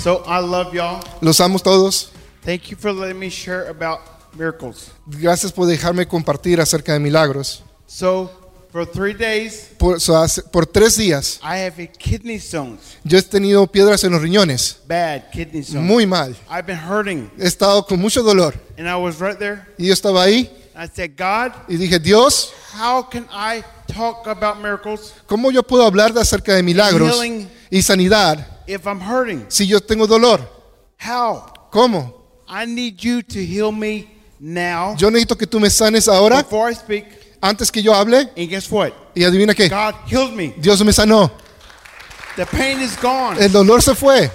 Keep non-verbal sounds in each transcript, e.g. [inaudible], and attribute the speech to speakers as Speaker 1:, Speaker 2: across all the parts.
Speaker 1: So I love y'all.
Speaker 2: Los amo todos.
Speaker 1: Thank you for letting me share about miracles.
Speaker 2: Gracias por dejarme compartir acerca de milagros.
Speaker 1: So for three days,
Speaker 2: Por, so, hace- por tres días
Speaker 1: I have a kidney stones,
Speaker 2: yo he tenido piedras en los riñones,
Speaker 1: bad kidney stones.
Speaker 2: muy mal.
Speaker 1: I've been hurting,
Speaker 2: He estado con mucho dolor.
Speaker 1: and I was right there.
Speaker 2: Y yo estaba ahí
Speaker 1: I said, God,
Speaker 2: y dije, Dios,
Speaker 1: how can I talk about miracles
Speaker 2: ¿cómo yo puedo hablar de acerca de milagros
Speaker 1: Healing.
Speaker 2: y sanidad
Speaker 1: if I'm hurting?
Speaker 2: si yo tengo dolor?
Speaker 1: How?
Speaker 2: ¿Cómo?
Speaker 1: I need you to heal me now
Speaker 2: Yo necesito que tú me sanes ahora,
Speaker 1: before I speak.
Speaker 2: antes que yo hable.
Speaker 1: And guess what?
Speaker 2: Y adivina qué,
Speaker 1: God healed me.
Speaker 2: Dios me sanó.
Speaker 1: The pain is gone
Speaker 2: El dolor se fue,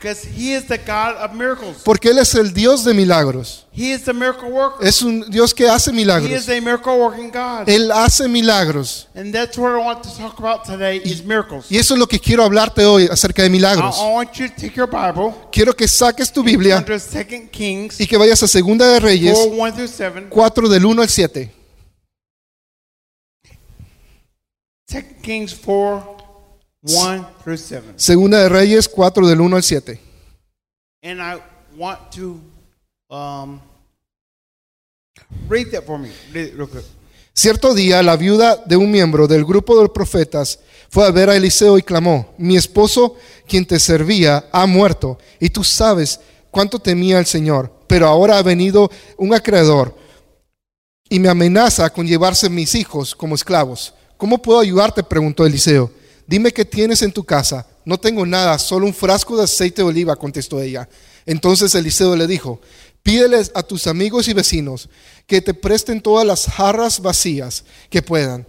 Speaker 1: because He is the God of miracles.
Speaker 2: porque Él es el Dios de milagros.
Speaker 1: He is the miracle worker.
Speaker 2: Es un Dios que hace
Speaker 1: He is
Speaker 2: milagros.
Speaker 1: a miracle working God.
Speaker 2: Él hace milagros.
Speaker 1: And that's what I want to talk about today is miracles.
Speaker 2: Y eso es lo que quiero hablarte hoy acerca de
Speaker 1: I,
Speaker 2: milagros.
Speaker 1: I want you to take your Bible,
Speaker 2: Quiero que saques tu Biblia
Speaker 1: under Second Kings
Speaker 2: y que vayas a Segunda de Reyes
Speaker 1: 4, 1 through 7.
Speaker 2: 4 del 1 al 7.
Speaker 1: 2 Kings 4, 1 through 7.
Speaker 2: Segunda de Reyes 4 del 1 al 7.
Speaker 1: And I want to um, read that for me, read it real quick.
Speaker 2: Cierto día la viuda de un miembro del grupo de profetas fue a ver a Eliseo y clamó, mi esposo, quien te servía, ha muerto, y tú sabes cuánto temía el Señor, pero ahora ha venido un acreedor y me amenaza con llevarse mis hijos como esclavos. ¿Cómo puedo ayudarte? preguntó Eliseo. Dime qué tienes en tu casa. No tengo nada, solo un frasco de aceite de oliva, contestó ella. Entonces Eliseo le dijo, pídeles a tus amigos y vecinos que te presten todas las jarras vacías que puedan.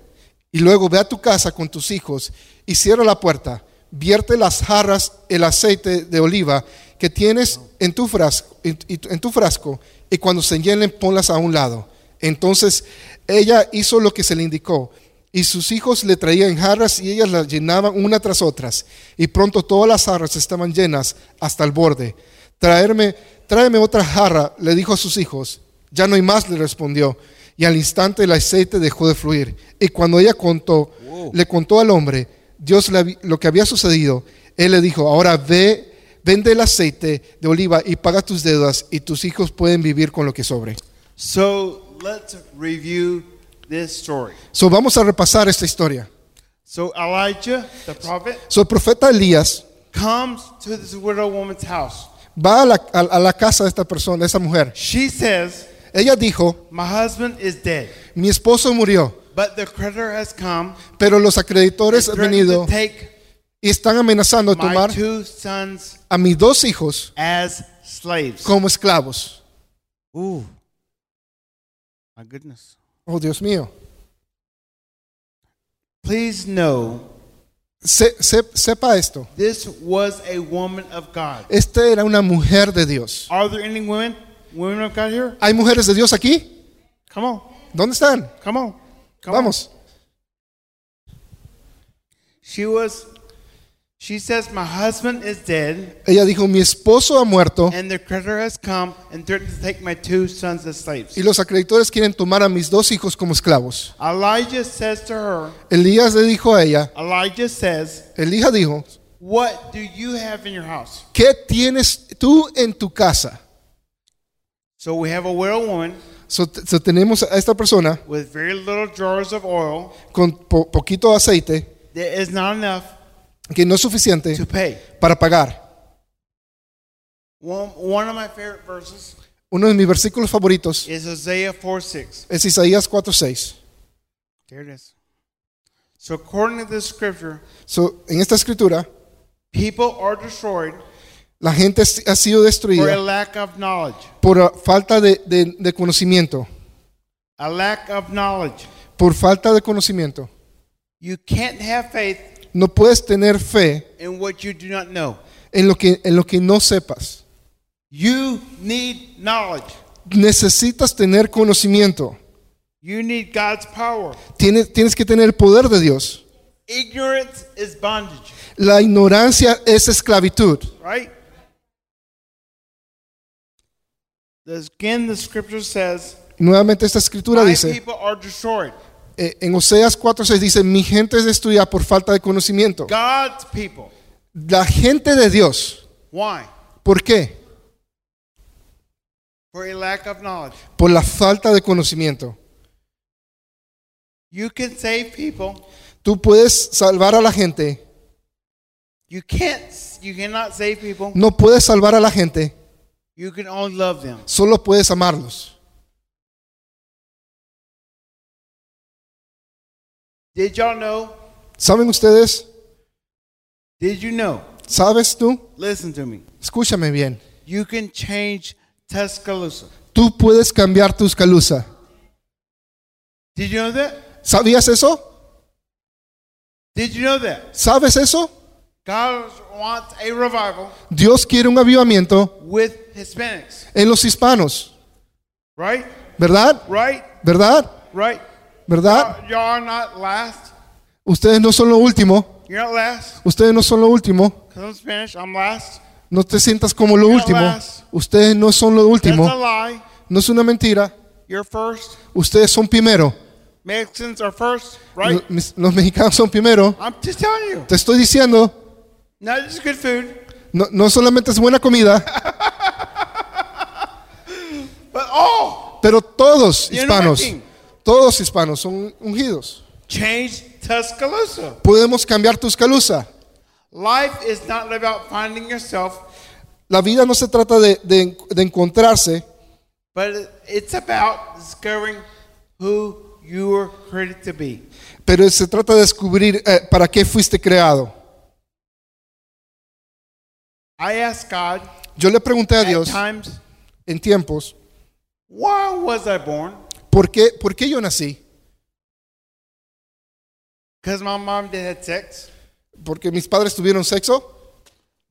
Speaker 2: Y luego ve a tu casa con tus hijos y cierra la puerta. Vierte las jarras, el aceite de oliva que tienes en tu frasco, en, y- en tu frasco y cuando se llenen ponlas a un lado. Entonces ella hizo lo que se le indicó y sus hijos le traían jarras y ellas las llenaban una tras otras. Y pronto todas las jarras estaban llenas hasta el borde. Traerme, tráeme otra jarra, le dijo a sus hijos. Ya no hay más, le respondió. Y al instante el aceite dejó de fluir. Y cuando ella contó, le contó al hombre Dios le hab- lo que había sucedido, él le dijo, ahora ve, vende el aceite de oliva y paga tus deudas y tus hijos pueden vivir con lo que sobre.
Speaker 1: So let's review this story.
Speaker 2: So, vamos a repasar esta historia.
Speaker 1: So Elijah, the prophet,
Speaker 2: So, el profeta Elías
Speaker 1: comes to this widow woman's house.
Speaker 2: va a la, a- a la casa de esta persona, de esta mujer.
Speaker 1: She says,
Speaker 2: Ella dijo,
Speaker 1: My husband is dead,
Speaker 2: mi esposo murió,
Speaker 1: but the creditor has come
Speaker 2: pero los acreedores
Speaker 1: and
Speaker 2: han
Speaker 1: threatened
Speaker 2: venido
Speaker 1: to take
Speaker 2: y están amenazando a
Speaker 1: my
Speaker 2: tomar
Speaker 1: two sons
Speaker 2: a mis dos hijos
Speaker 1: as slaves.
Speaker 2: como esclavos.
Speaker 1: Ooh. My goodness.
Speaker 2: Oh, Dios mío.
Speaker 1: Please know
Speaker 2: Se- se- sepa esto.
Speaker 1: this was a woman of God.
Speaker 2: Esta era una mujer de Dios.
Speaker 1: Are there any women, women of God here?
Speaker 2: ¿Hay mujeres de Dios aquí?
Speaker 1: Come on,
Speaker 2: ¿Dónde están?
Speaker 1: come on, come on.
Speaker 2: Vamos.
Speaker 1: She was. She says, "My husband is dead,
Speaker 2: Ella dijo, mi esposo ha muerto
Speaker 1: and the creditor has come and threatened to take my two sons as slaves."
Speaker 2: y los acreedores quieren tomar a mis dos hijos como esclavos.
Speaker 1: Elijah says to her,
Speaker 2: Elías le dijo a ella,
Speaker 1: "Elijah says,
Speaker 2: Elías dijo,
Speaker 1: what do you have in your house?"
Speaker 2: ¿qué tienes tú en tu casa?
Speaker 1: So we have a widow woman
Speaker 2: So, t- so tenemos a esta persona
Speaker 1: with very little jars of oil.
Speaker 2: con po- poquito aceite
Speaker 1: There is not enough
Speaker 2: que no es suficiente
Speaker 1: to pay.
Speaker 2: para pagar.
Speaker 1: One, one of my favorite verses
Speaker 2: Uno de mis versículos favoritos
Speaker 1: is Isaiah 4 6.
Speaker 2: es Isaías 4.6.
Speaker 1: There it is. So, according to this scripture,
Speaker 2: So, en esta escritura,
Speaker 1: people are destroyed
Speaker 2: la gente ha sido
Speaker 1: for a
Speaker 2: destruida
Speaker 1: lack of knowledge.
Speaker 2: por ah, falta de- de- de conocimiento.
Speaker 1: A lack of knowledge.
Speaker 2: por falta de conocimiento.
Speaker 1: You can't have faith
Speaker 2: No puedes tener fe
Speaker 1: in what you do not know.
Speaker 2: en lo que, en lo que no sepas.
Speaker 1: You need knowledge.
Speaker 2: Necesitas tener conocimiento.
Speaker 1: You need God's power.
Speaker 2: Tienes, tienes que tener el poder de Dios.
Speaker 1: Ignorance is bondage,
Speaker 2: La ignorancia es esclavitud.
Speaker 1: right? Again, the scripture says,
Speaker 2: Nuevamente esta escritura
Speaker 1: My
Speaker 2: dice,
Speaker 1: people are destroyed.
Speaker 2: eh, en Oseas 4.6 dice, mi gente es destruida por falta de conocimiento.
Speaker 1: God's people
Speaker 2: La gente de Dios.
Speaker 1: Why?
Speaker 2: ¿Por qué?
Speaker 1: For a lack of knowledge.
Speaker 2: Por la falta de conocimiento.
Speaker 1: You can save people.
Speaker 2: Tú puedes salvar a la gente.
Speaker 1: You can't. You cannot save people.
Speaker 2: No puedes salvar a la gente.
Speaker 1: You can only love them.
Speaker 2: Solo puedes amarlos.
Speaker 1: Did y'all know?
Speaker 2: ¿Saben ustedes?
Speaker 1: Did you know?
Speaker 2: ¿Sabes tú?
Speaker 1: Listen to me.
Speaker 2: Escúchame bien.
Speaker 1: You can change Tuscaloosa.
Speaker 2: Tú puedes cambiar tu escalusa.
Speaker 1: Did you know that?
Speaker 2: ¿Sabías eso?
Speaker 1: Did you know that?
Speaker 2: ¿Sabes eso?
Speaker 1: God wants a revival
Speaker 2: Dios quiere un avivamiento
Speaker 1: with Hispanics.
Speaker 2: en los hispanos.
Speaker 1: Right?
Speaker 2: ¿Verdad?
Speaker 1: Right?
Speaker 2: ¿Verdad?
Speaker 1: Right?
Speaker 2: ¿Verdad?
Speaker 1: Y'all are not last.
Speaker 2: Ustedes no son lo último.
Speaker 1: You're not last.
Speaker 2: Ustedes no son lo último.
Speaker 1: Because I'm Spanish. I'm last.
Speaker 2: No te sientas como lo último. Ustedes no son lo
Speaker 1: That's a
Speaker 2: último.
Speaker 1: lie.
Speaker 2: No es una mentira.
Speaker 1: You're first.
Speaker 2: Ustedes son primero.
Speaker 1: Mexicans are first. Right?
Speaker 2: Los, los mexicanos son primero.
Speaker 1: I'm just telling you.
Speaker 2: Te estoy diciendo,
Speaker 1: Not just good food,
Speaker 2: no, no solamente es buena comida,
Speaker 1: but oh, all.
Speaker 2: pero todos
Speaker 1: You're not
Speaker 2: hispanos,
Speaker 1: king.
Speaker 2: todos hispanos son ungidos.
Speaker 1: Change Tuscaloosa.
Speaker 2: Podemos cambiar tu escalusa.
Speaker 1: Life is not about finding yourself,
Speaker 2: La vida no se trata de, de- de encontrarse,
Speaker 1: but it's about discovering who you were created to be.
Speaker 2: pero se trata de descubrir eh, para qué fuiste creado.
Speaker 1: I asked God
Speaker 2: Yo le pregunté a
Speaker 1: at
Speaker 2: Dios
Speaker 1: times,
Speaker 2: en tiempos,
Speaker 1: why was I born?
Speaker 2: ¿por qué, ¿por qué yo nací?
Speaker 1: Because my mom and dad had sex.
Speaker 2: ¿Porque mis padres tuvieron sexo?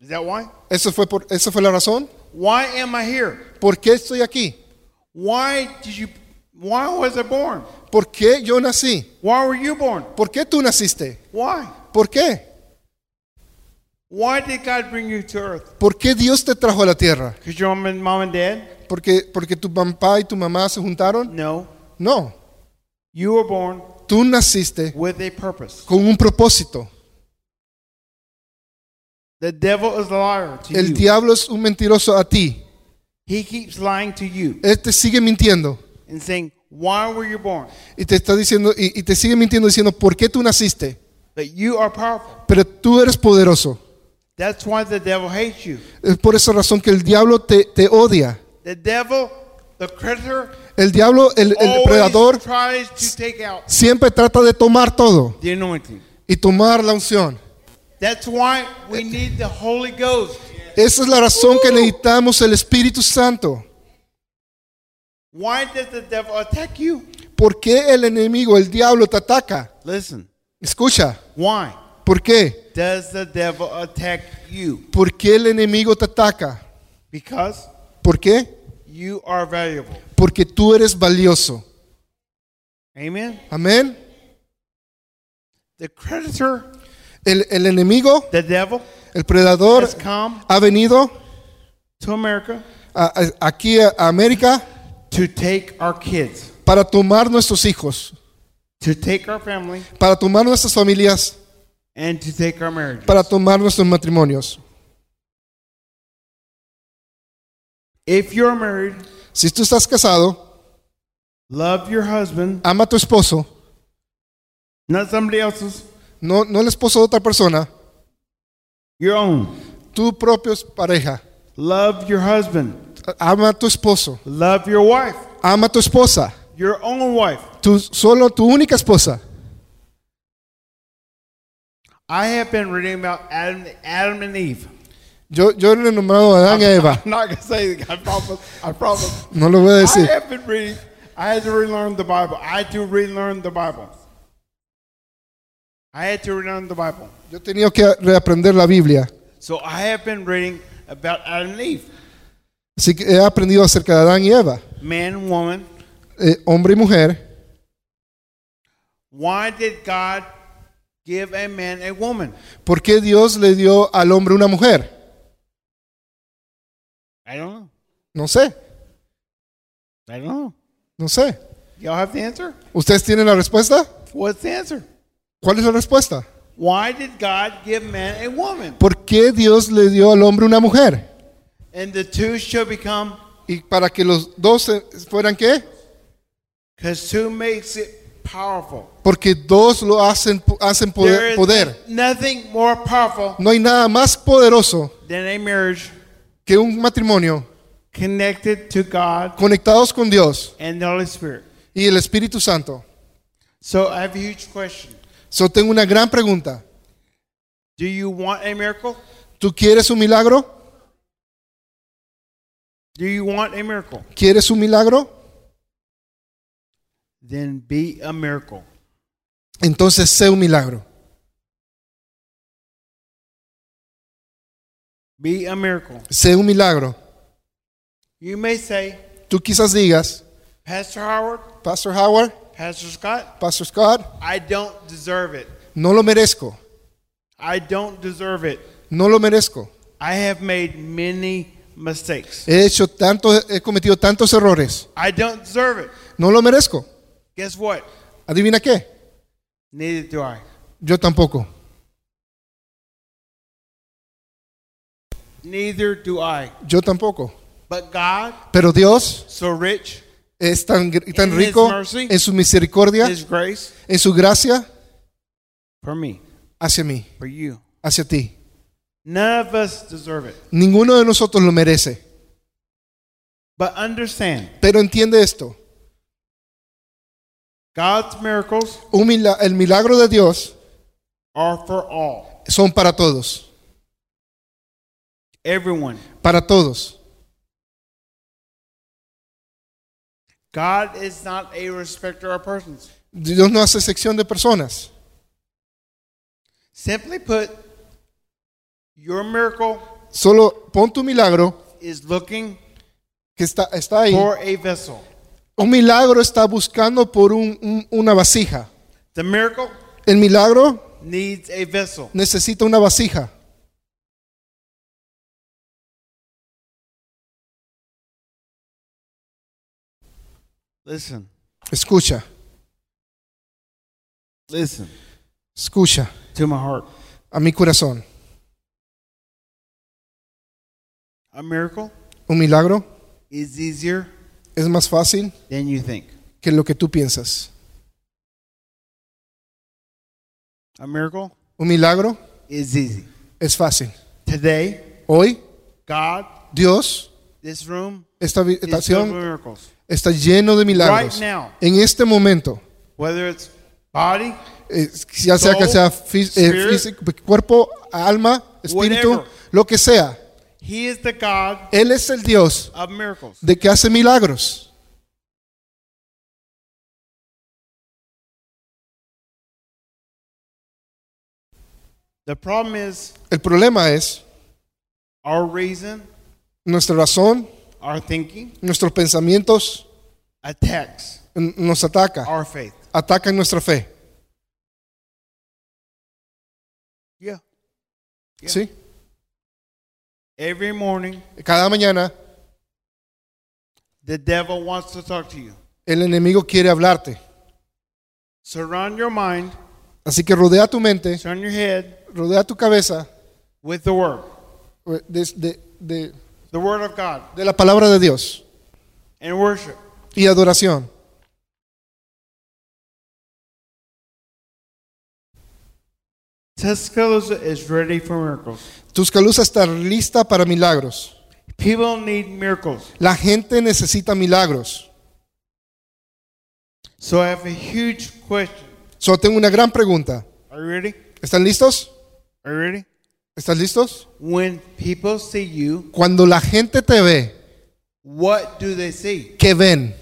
Speaker 1: Is that why?
Speaker 2: ¿Eso fue por, ¿Esa fue la razón?
Speaker 1: Why am I here?
Speaker 2: ¿Por qué estoy aquí?
Speaker 1: Why did you? Why was I born?
Speaker 2: ¿Por qué yo nací?
Speaker 1: Why were you born?
Speaker 2: ¿Por qué tú naciste?
Speaker 1: Why?
Speaker 2: ¿Por qué?
Speaker 1: Why did God bring you to earth?
Speaker 2: ¿Por qué Dios te trajo a la tierra?
Speaker 1: Because your mom and mom and dad?
Speaker 2: ¿Porque, porque tu papá y tu mamá se juntaron?
Speaker 1: No,
Speaker 2: No,
Speaker 1: you were born
Speaker 2: tú naciste
Speaker 1: with a purpose.
Speaker 2: con un propósito.
Speaker 1: The devil is a liar to
Speaker 2: El
Speaker 1: you.
Speaker 2: diablo es un mentiroso a ti.
Speaker 1: He keeps lying to you
Speaker 2: Él te este sigue mintiendo
Speaker 1: and saying, "Why were you born?"
Speaker 2: y te está diciendo y, y te sigue mintiendo diciendo por qué tú naciste,
Speaker 1: But you are powerful.
Speaker 2: pero tú eres poderoso.
Speaker 1: That's why the devil hates you.
Speaker 2: Es por esa razón que el diablo te, te odia.
Speaker 1: The devil, the creditor,
Speaker 2: El diablo, el, el
Speaker 1: always
Speaker 2: predador,
Speaker 1: tries to take out
Speaker 2: siempre trata de tomar todo
Speaker 1: the anointing.
Speaker 2: y tomar la unción.
Speaker 1: That's why we need the Holy Ghost.
Speaker 2: Esa es la razón que necesitamos el Espíritu Santo.
Speaker 1: Why does the devil attack you?
Speaker 2: ¿Por qué el enemigo, el diablo, te ataca?
Speaker 1: Listen.
Speaker 2: Escucha,
Speaker 1: Why
Speaker 2: ¿por qué?
Speaker 1: does the devil attack you?
Speaker 2: ¿Por qué el enemigo te ataca?
Speaker 1: Because
Speaker 2: ¿Por qué?
Speaker 1: you are valuable.
Speaker 2: Porque tú eres valioso.
Speaker 1: Amen.
Speaker 2: Amén.
Speaker 1: The creditor,
Speaker 2: El, el enemigo,
Speaker 1: the devil,
Speaker 2: el predador,
Speaker 1: has come
Speaker 2: ha venido
Speaker 1: to America
Speaker 2: a- a- aquí a a América
Speaker 1: to take our kids,
Speaker 2: para tomar nuestros hijos,
Speaker 1: to take our family,
Speaker 2: para tomar nuestras familias,
Speaker 1: and to take our marriage.
Speaker 2: para tomar nuestros matrimonios.
Speaker 1: If you're married,
Speaker 2: Si tú estás casado,
Speaker 1: love your husband,
Speaker 2: ama a tu esposo,
Speaker 1: not somebody else's,
Speaker 2: no, no el esposo de otra persona,
Speaker 1: your own.
Speaker 2: tu propio es- pareja.
Speaker 1: Love your husband,
Speaker 2: Ama a tu esposo,
Speaker 1: love your wife,
Speaker 2: ama a tu esposa,
Speaker 1: your own wife.
Speaker 2: tu, solo tu única esposa.
Speaker 1: I have been reading about Adam, Adam and Eve. [laughs]
Speaker 2: Yo, yo he nombrado a Adán y a Eva.
Speaker 1: I'm not gonna say that. I promise. I promise.
Speaker 2: No lo voy a
Speaker 1: I
Speaker 2: decir.
Speaker 1: have been reading. I had to relearn the Bible. I had to relearn the Bible. I had to relearn the Bible.
Speaker 2: Yo he tenido que reaprender la Biblia.
Speaker 1: So I have been reading about Adam and Eve,
Speaker 2: Así que he aprendido acerca de Adán y Eva,
Speaker 1: man, woman.
Speaker 2: eh, hombre y mujer.
Speaker 1: Why did God give a man a woman?
Speaker 2: ¿Por qué Dios le dio al hombre una mujer?
Speaker 1: I don't know.
Speaker 2: No sé,
Speaker 1: I don't know.
Speaker 2: no sé.
Speaker 1: Y'all have the answer.
Speaker 2: ¿Ustedes tienen la respuesta?
Speaker 1: What's the answer?
Speaker 2: ¿Cuál es la respuesta?
Speaker 1: Why did God give man a woman?
Speaker 2: ¿Por qué Dios le dio al hombre una mujer?
Speaker 1: And the two shall become,
Speaker 2: Y para que los dos se- fueran qué?
Speaker 1: because two makes it powerful.
Speaker 2: Porque dos lo hacen, hacen
Speaker 1: There
Speaker 2: poder,
Speaker 1: is
Speaker 2: poder.
Speaker 1: nothing more powerful
Speaker 2: No hay nada más poderoso
Speaker 1: than a marriage
Speaker 2: que un matrimonio
Speaker 1: connected to God
Speaker 2: conectados con Dios
Speaker 1: and the Holy Spirit.
Speaker 2: y el Espíritu Santo.
Speaker 1: So I have a huge question.
Speaker 2: So tengo una gran pregunta.
Speaker 1: Do you want a miracle?
Speaker 2: ¿Tú quieres un milagro?
Speaker 1: Do you want a miracle?
Speaker 2: ¿Quieres un milagro?
Speaker 1: Then be a miracle.
Speaker 2: Entonces sé un milagro.
Speaker 1: Be a miracle.
Speaker 2: Sé un milagro.
Speaker 1: You may say,
Speaker 2: Tú quizás digas,
Speaker 1: Pastor Howard,
Speaker 2: Pastor Howard,
Speaker 1: Pastor Scott,
Speaker 2: Pastor Scott,
Speaker 1: I don't deserve it.
Speaker 2: no lo merezco.
Speaker 1: I don't deserve it.
Speaker 2: No lo merezco.
Speaker 1: I have made many mistakes.
Speaker 2: He hecho tantos, he cometido tantos errores.
Speaker 1: I don't deserve it.
Speaker 2: No lo merezco.
Speaker 1: Guess what?
Speaker 2: ¿Adivina qué?
Speaker 1: Neither do I.
Speaker 2: Yo tampoco.
Speaker 1: Neither do I.
Speaker 2: Yo tampoco.
Speaker 1: But God,
Speaker 2: Pero Dios
Speaker 1: so rich,
Speaker 2: es tan, gr- tan
Speaker 1: In His
Speaker 2: rico
Speaker 1: mercy,
Speaker 2: en su misericordia,
Speaker 1: His grace
Speaker 2: en su gracia
Speaker 1: for me,
Speaker 2: hacia mí,
Speaker 1: for you.
Speaker 2: hacia ti.
Speaker 1: None of us deserve it.
Speaker 2: Ninguno de nosotros lo merece.
Speaker 1: But understand,
Speaker 2: Pero entiende esto.
Speaker 1: God's miracles
Speaker 2: Un mila- el milagro de Dios
Speaker 1: are for all,
Speaker 2: son para todos.
Speaker 1: everyone.
Speaker 2: Para todos.
Speaker 1: God is not a respecter of persons.
Speaker 2: Dios no hace sección de personas.
Speaker 1: Simply put, your miracle
Speaker 2: Solo pon tu milagro
Speaker 1: is looking
Speaker 2: que está, está ahí.
Speaker 1: for a vessel.
Speaker 2: Un milagro está buscando por un- un- una vasija.
Speaker 1: The miracle
Speaker 2: El milagro
Speaker 1: needs a vessel.
Speaker 2: necesita una vasija.
Speaker 1: Listen,
Speaker 2: Escucha,
Speaker 1: listen
Speaker 2: escucha
Speaker 1: to my heart.
Speaker 2: a mi corazón.
Speaker 1: A miracle
Speaker 2: Un milagro
Speaker 1: is easier
Speaker 2: es más fácil
Speaker 1: than you think.
Speaker 2: que lo que tú piensas.
Speaker 1: A miracle
Speaker 2: Un milagro
Speaker 1: is easy.
Speaker 2: es fácil.
Speaker 1: Today,
Speaker 2: Hoy,
Speaker 1: God,
Speaker 2: Dios,
Speaker 1: this room
Speaker 2: esta
Speaker 1: is filled with
Speaker 2: habitación
Speaker 1: miracles.
Speaker 2: está lleno de milagros.
Speaker 1: Right now.
Speaker 2: En este momento,
Speaker 1: Whether it's body,
Speaker 2: eh, ya sea que
Speaker 1: Soul,
Speaker 2: sea fí- eh,
Speaker 1: spirit,
Speaker 2: físico, cuerpo, alma, espíritu,
Speaker 1: whatever.
Speaker 2: lo que sea,
Speaker 1: He is the God
Speaker 2: Él es el Dios
Speaker 1: of miracles.
Speaker 2: de que hace milagros.
Speaker 1: The problem is
Speaker 2: El problema es
Speaker 1: our reason,
Speaker 2: nuestra razón,
Speaker 1: our thinking
Speaker 2: nuestros pensamientos
Speaker 1: attacks
Speaker 2: n- nos ataca,
Speaker 1: our faith.
Speaker 2: atacan nuestra fe.
Speaker 1: Yeah. Yeah.
Speaker 2: ¿Sí?
Speaker 1: Every morning,
Speaker 2: Cada mañana
Speaker 1: the devil wants to talk to you.
Speaker 2: el enemigo quiere hablarte.
Speaker 1: Surround your mind,
Speaker 2: Así que rodea tu mente,
Speaker 1: surround your head
Speaker 2: rodea tu cabeza
Speaker 1: with the word,
Speaker 2: eh, de, de- de-
Speaker 1: the word of God,
Speaker 2: de la palabra de Dios
Speaker 1: and worship.
Speaker 2: y adoración.
Speaker 1: Tuscaloosa is ready for miracles.
Speaker 2: Tuscaloosa está lista para milagros.
Speaker 1: People need miracles.
Speaker 2: La gente necesita milagros.
Speaker 1: So I have a huge question.
Speaker 2: Solo tengo una gran pregunta.
Speaker 1: Are you ready?
Speaker 2: ¿Están listos?
Speaker 1: Are you ready?
Speaker 2: ¿Están listos?
Speaker 1: When people see you,
Speaker 2: Cuando la gente te ve,
Speaker 1: what do they see?
Speaker 2: ¿qué ven?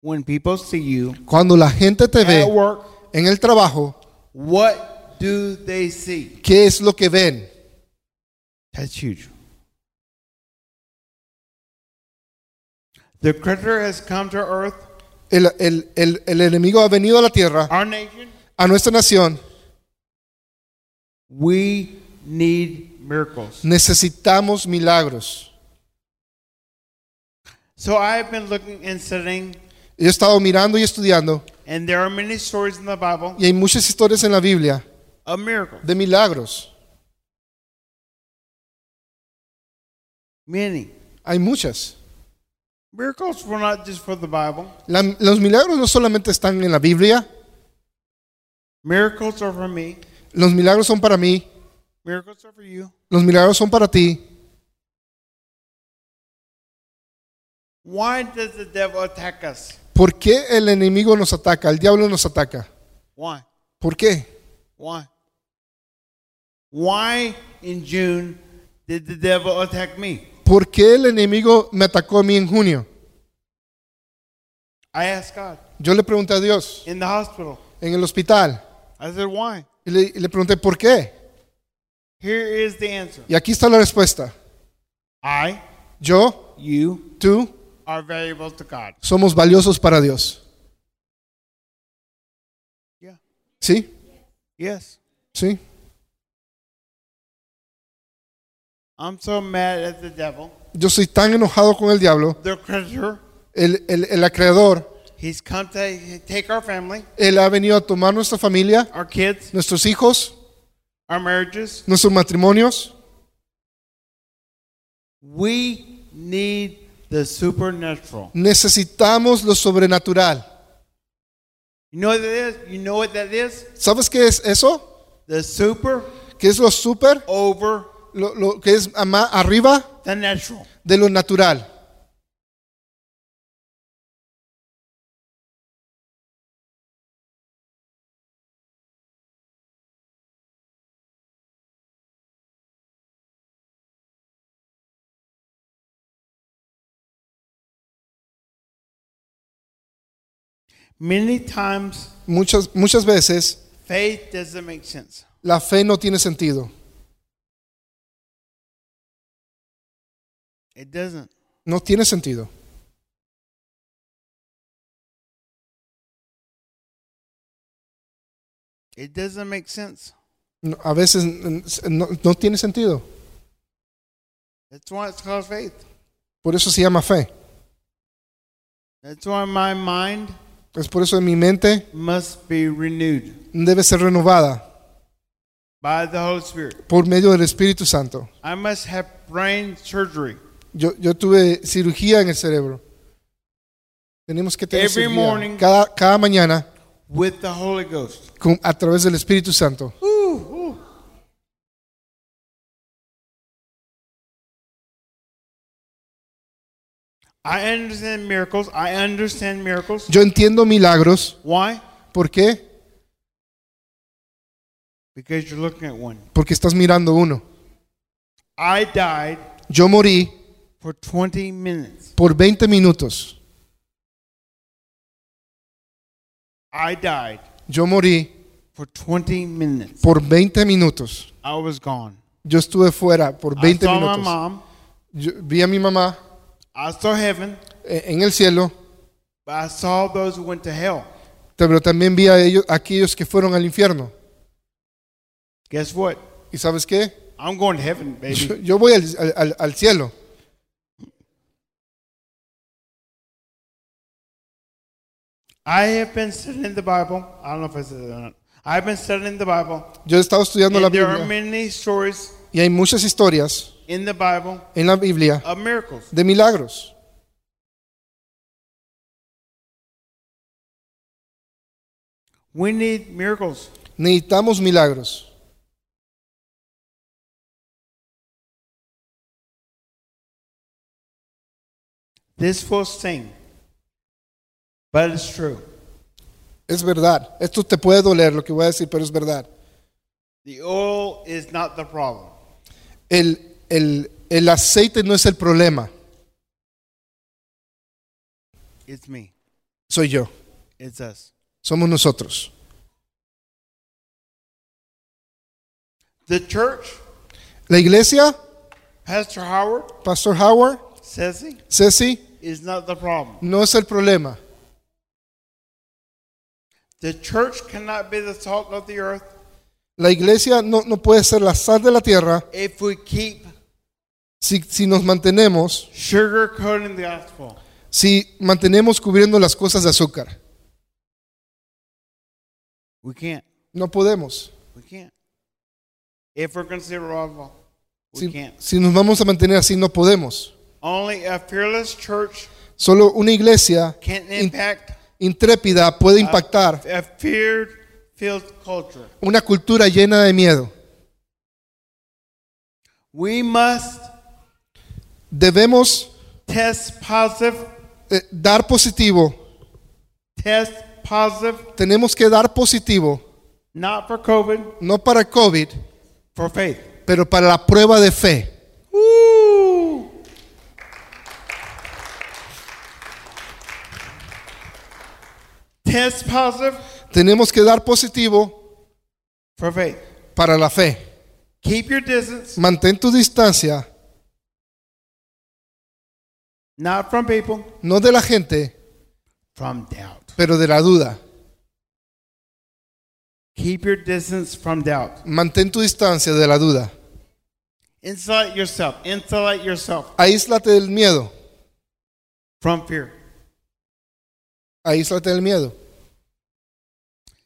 Speaker 1: When people see you
Speaker 2: Cuando la gente te
Speaker 1: at
Speaker 2: ve
Speaker 1: work,
Speaker 2: en el trabajo,
Speaker 1: what do they see?
Speaker 2: ¿qué es lo que ven?
Speaker 1: That's huge. The creditor has come to earth,
Speaker 2: El, el- el- el enemigo ha venido a la tierra,
Speaker 1: our nation.
Speaker 2: a nuestra nación.
Speaker 1: We need miracles.
Speaker 2: Necesitamos milagros.
Speaker 1: So I have been looking and studying
Speaker 2: Yo he estado mirando y estudiando
Speaker 1: And there are many stories in the Bible
Speaker 2: Y hay muchas historias en la Biblia
Speaker 1: of miracles.
Speaker 2: de milagros.
Speaker 1: Many.
Speaker 2: Hay muchas.
Speaker 1: Miracles were not just for the Bible.
Speaker 2: La- los milagros no solamente están en la Biblia,
Speaker 1: Miracles are for me.
Speaker 2: los milagros son para mí,
Speaker 1: Miracles are for you.
Speaker 2: los milagros son para ti.
Speaker 1: Why does the devil attack us?
Speaker 2: ¿Por qué el enemigo nos ataca? El diablo nos ataca.
Speaker 1: Why?
Speaker 2: ¿Por qué?
Speaker 1: Why? Why in June did the devil attack me?
Speaker 2: ¿Por qué el enemigo me atacó a mí en junio?
Speaker 1: I asked God
Speaker 2: Yo le pregunté a Dios
Speaker 1: in the hospital.
Speaker 2: en el hospital
Speaker 1: I said, Why?
Speaker 2: y le, y le pregunté por qué.
Speaker 1: Here is the answer.
Speaker 2: Y aquí está la respuesta.
Speaker 1: I,
Speaker 2: Yo,
Speaker 1: you
Speaker 2: tú,
Speaker 1: are valuable to God.
Speaker 2: somos valiosos para Dios.
Speaker 1: Yeah.
Speaker 2: ¿Sí?
Speaker 1: Yes.
Speaker 2: ¿Sí?
Speaker 1: I'm so mad at the devil,
Speaker 2: Yo soy tan enojado con el diablo,
Speaker 1: the creditor.
Speaker 2: el, el, el acreedor.
Speaker 1: He's come to take our family,
Speaker 2: Él ha venido a tomar nuestra familia,
Speaker 1: our kids,
Speaker 2: nuestros hijos,
Speaker 1: our marriages.
Speaker 2: nuestros matrimonios.
Speaker 1: We need the supernatural.
Speaker 2: Necesitamos lo sobrenatural.
Speaker 1: You know what that is? You know what that is?
Speaker 2: ¿Sabes qué es eso?
Speaker 1: The super
Speaker 2: ¿Qué es lo super?
Speaker 1: over
Speaker 2: Lo, lo que es ama- arriba
Speaker 1: the natural.
Speaker 2: de lo natural.
Speaker 1: Many times
Speaker 2: Muchas, muchas veces
Speaker 1: faith doesn't make sense.
Speaker 2: la fe no tiene sentido.
Speaker 1: It doesn't.
Speaker 2: No tiene sentido.
Speaker 1: It doesn't make sense.
Speaker 2: No- a veces mm, no, no tiene sentido.
Speaker 1: That's why it's called faith.
Speaker 2: Por eso se llama fe.
Speaker 1: That's why my mind
Speaker 2: Es por eso en mi mente
Speaker 1: must be renewed
Speaker 2: debe ser renovada
Speaker 1: by the Holy Spirit.
Speaker 2: por medio del Espíritu Santo.
Speaker 1: I must have brain surgery
Speaker 2: Yo, yo tuve cirugía en el cerebro. Tenemos que tener
Speaker 1: Every
Speaker 2: cirugía
Speaker 1: morning.
Speaker 2: cada, cada mañana
Speaker 1: with the Holy Ghost.
Speaker 2: con- a través del Espíritu Santo.
Speaker 1: I understand miracles. I understand miracles.
Speaker 2: Yo entiendo milagros.
Speaker 1: Why?
Speaker 2: ¿Por qué?
Speaker 1: Because you're looking at one.
Speaker 2: Porque estás mirando uno.
Speaker 1: I died
Speaker 2: Yo morí
Speaker 1: for 20 minutes.
Speaker 2: por 20 minutos.
Speaker 1: I died
Speaker 2: Yo morí
Speaker 1: for 20 minutes.
Speaker 2: por 20 minutos.
Speaker 1: I was gone.
Speaker 2: Yo estuve fuera por
Speaker 1: I
Speaker 2: 20
Speaker 1: saw my
Speaker 2: minutos.
Speaker 1: mom.
Speaker 2: Yo vi a mi mamá
Speaker 1: I saw heaven,
Speaker 2: eh, en el cielo,
Speaker 1: but I saw those who went to hell.
Speaker 2: pero también vi a, ellos, a aquellos que fueron al infierno.
Speaker 1: Guess what?
Speaker 2: ¿Y sabes qué?
Speaker 1: I'm going to heaven, baby.
Speaker 2: [laughs] Yo, yo voy al- al- al- al cielo.
Speaker 1: I have been studying the Bible. I don't know if I said that or not. I've been studying the Bible.
Speaker 2: Yo he estado estudiando la
Speaker 1: And there are
Speaker 2: Biblia
Speaker 1: many stories
Speaker 2: y hay muchas historias
Speaker 1: in the Bible
Speaker 2: en la Biblia
Speaker 1: of miracles.
Speaker 2: de milagros.
Speaker 1: We need miracles.
Speaker 2: Necesitamos milagros.
Speaker 1: This will sting, but it's true.
Speaker 2: Es verdad. Esto te puede doler lo que voy a decir, pero es verdad.
Speaker 1: The oil is not the problem.
Speaker 2: El, el- el aceite no es el problema,
Speaker 1: It's me.
Speaker 2: soy yo.
Speaker 1: It's us.
Speaker 2: Somos nosotros.
Speaker 1: The church,
Speaker 2: La iglesia,
Speaker 1: Pastor Howard
Speaker 2: Pastor Howard,
Speaker 1: says he
Speaker 2: Ceci,
Speaker 1: is not the problem.
Speaker 2: no es el problema.
Speaker 1: The church cannot be the salt of the earth
Speaker 2: La iglesia no, no puede ser la sal de la tierra
Speaker 1: if we keep
Speaker 2: si, si nos mantenemos,
Speaker 1: sugarcoating the gospel.
Speaker 2: si mantenemos cubriendo las cosas de azúcar.
Speaker 1: We can't.
Speaker 2: No podemos.
Speaker 1: We can't. If we're considered rival, we
Speaker 2: Si,
Speaker 1: can't.
Speaker 2: si nos vamos a mantener así, no podemos.
Speaker 1: Only a fearless church
Speaker 2: Solo una iglesia
Speaker 1: can
Speaker 2: in-
Speaker 1: impact
Speaker 2: intrépida puede impactar
Speaker 1: a fear-filled culture.
Speaker 2: una cultura llena de miedo.
Speaker 1: We must
Speaker 2: Debemos
Speaker 1: test positive,
Speaker 2: eh, dar positivo.
Speaker 1: test positive,
Speaker 2: Tenemos que dar positivo,
Speaker 1: not for COVID,
Speaker 2: no para COVID,
Speaker 1: for faith.
Speaker 2: pero para la prueba de fe.
Speaker 1: Woo! Test positive
Speaker 2: Tenemos que dar positivo
Speaker 1: for faith.
Speaker 2: para la fe.
Speaker 1: Keep your distance,
Speaker 2: Mantén tu distancia,
Speaker 1: not from people,
Speaker 2: no de la gente,
Speaker 1: from doubt.
Speaker 2: pero de la duda.
Speaker 1: Keep your distance from doubt.
Speaker 2: Mantén tu distancia de la duda.
Speaker 1: Insulate yourself. Insulate yourself
Speaker 2: Aíslate del miedo.
Speaker 1: from fear.
Speaker 2: Aíslate del miedo.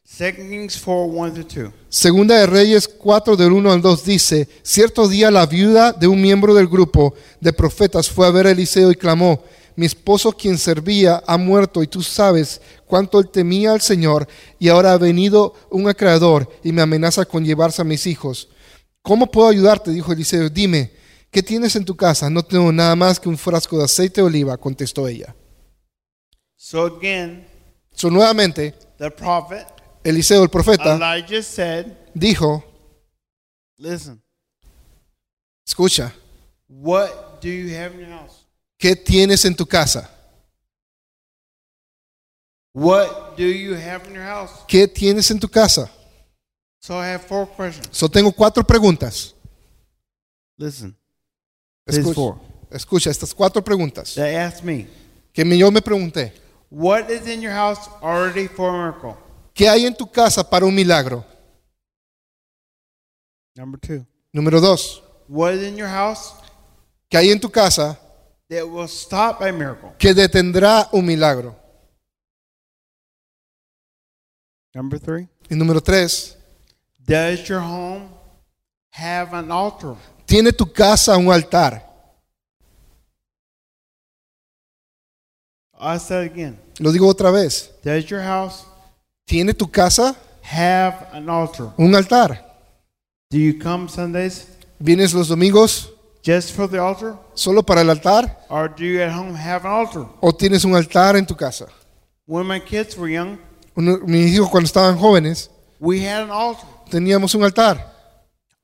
Speaker 1: Second Kings 4 1 to 2.
Speaker 2: Segunda de Reyes 4 del 1 al 2 dice, cierto día la viuda de un miembro del grupo de profetas fue a ver a Eliseo y clamó, mi esposo quien servía ha muerto y tú sabes cuánto él temía al Señor y ahora ha venido un acreedor y me amenaza con llevarse a mis hijos. ¿Cómo puedo ayudarte? dijo Eliseo, dime, ¿qué tienes en tu casa? No tengo nada más que un frasco de aceite de oliva, contestó ella.
Speaker 1: So again,
Speaker 2: So, nuevamente,
Speaker 1: the prophet
Speaker 2: Eliseo el profeta
Speaker 1: Elijah said,
Speaker 2: dijo,
Speaker 1: Listen,
Speaker 2: escucha,
Speaker 1: what do you have in your house?
Speaker 2: ¿qué tienes en tu casa?
Speaker 1: What do you have in your house?
Speaker 2: ¿Qué tienes en tu casa?
Speaker 1: So I have four questions.
Speaker 2: Yo tengo cuatro preguntas.
Speaker 1: Listen, Please,
Speaker 2: Escucha,
Speaker 1: four.
Speaker 2: escucha estas cuatro preguntas
Speaker 1: they asked me,
Speaker 2: que me- yo me pregunté.
Speaker 1: What is in your house already for a miracle?
Speaker 2: ¿Qué hay en tu casa para un milagro?
Speaker 1: Number two,
Speaker 2: Número dos.
Speaker 1: what is in your house
Speaker 2: ¿Qué hay en tu casa
Speaker 1: that will stop a miracle?
Speaker 2: que detendrá un milagro?
Speaker 1: Number three,
Speaker 2: Y número tres.
Speaker 1: does your home have an altar?
Speaker 2: ¿Tiene tu casa un altar?
Speaker 1: I said again,
Speaker 2: Lo digo otra vez.
Speaker 1: does your house
Speaker 2: ¿Tiene tu casa
Speaker 1: have an altar?
Speaker 2: un altar?
Speaker 1: Do you come Sundays
Speaker 2: ¿Vienes los domingos
Speaker 1: just for the altar?
Speaker 2: solo para el altar
Speaker 1: Or do you at home have an altar?
Speaker 2: o tienes un altar en tu casa?
Speaker 1: When my kids were young,
Speaker 2: Uno- mis hijos cuando estaban jóvenes
Speaker 1: we had an altar.
Speaker 2: teníamos un altar.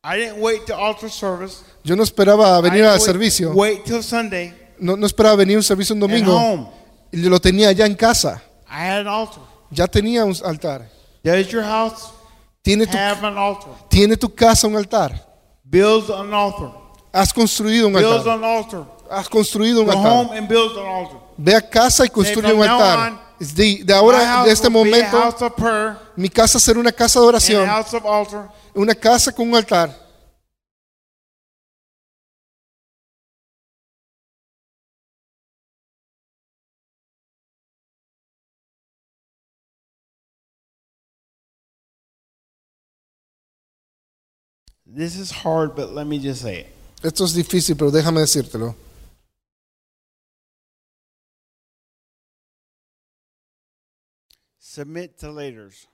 Speaker 1: I didn't wait to altar service.
Speaker 2: Yo no esperaba
Speaker 1: I
Speaker 2: venir
Speaker 1: didn't
Speaker 2: al
Speaker 1: wait-
Speaker 2: servicio.
Speaker 1: Wait till Sunday
Speaker 2: No, no esperaba venir un servicio un
Speaker 1: at
Speaker 2: domingo.
Speaker 1: home.
Speaker 2: Y Lo tenía ya en casa.
Speaker 1: I had an altar.
Speaker 2: Ya tenía un altar.
Speaker 1: Does your house
Speaker 2: Tiene tu,
Speaker 1: have an altar?
Speaker 2: tiene tu casa un altar.
Speaker 1: Build an altar.
Speaker 2: Has construido un
Speaker 1: Build
Speaker 2: altar.
Speaker 1: an altar.
Speaker 2: Has construido un
Speaker 1: Go home
Speaker 2: altar.
Speaker 1: and build an altar.
Speaker 2: Ve a casa y construye
Speaker 1: from
Speaker 2: un
Speaker 1: now
Speaker 2: altar.
Speaker 1: on,
Speaker 2: De,
Speaker 1: My
Speaker 2: de ahora,
Speaker 1: house
Speaker 2: de este
Speaker 1: will be a
Speaker 2: momento,
Speaker 1: house of prayer
Speaker 2: mi casa será una casa de
Speaker 1: and a
Speaker 2: oración.
Speaker 1: house of altar.
Speaker 2: Una casa con un altar.
Speaker 1: This is hard, but let me just say it.
Speaker 2: Esto es difícil, pero déjame decírtelo.
Speaker 1: Submit to leaders.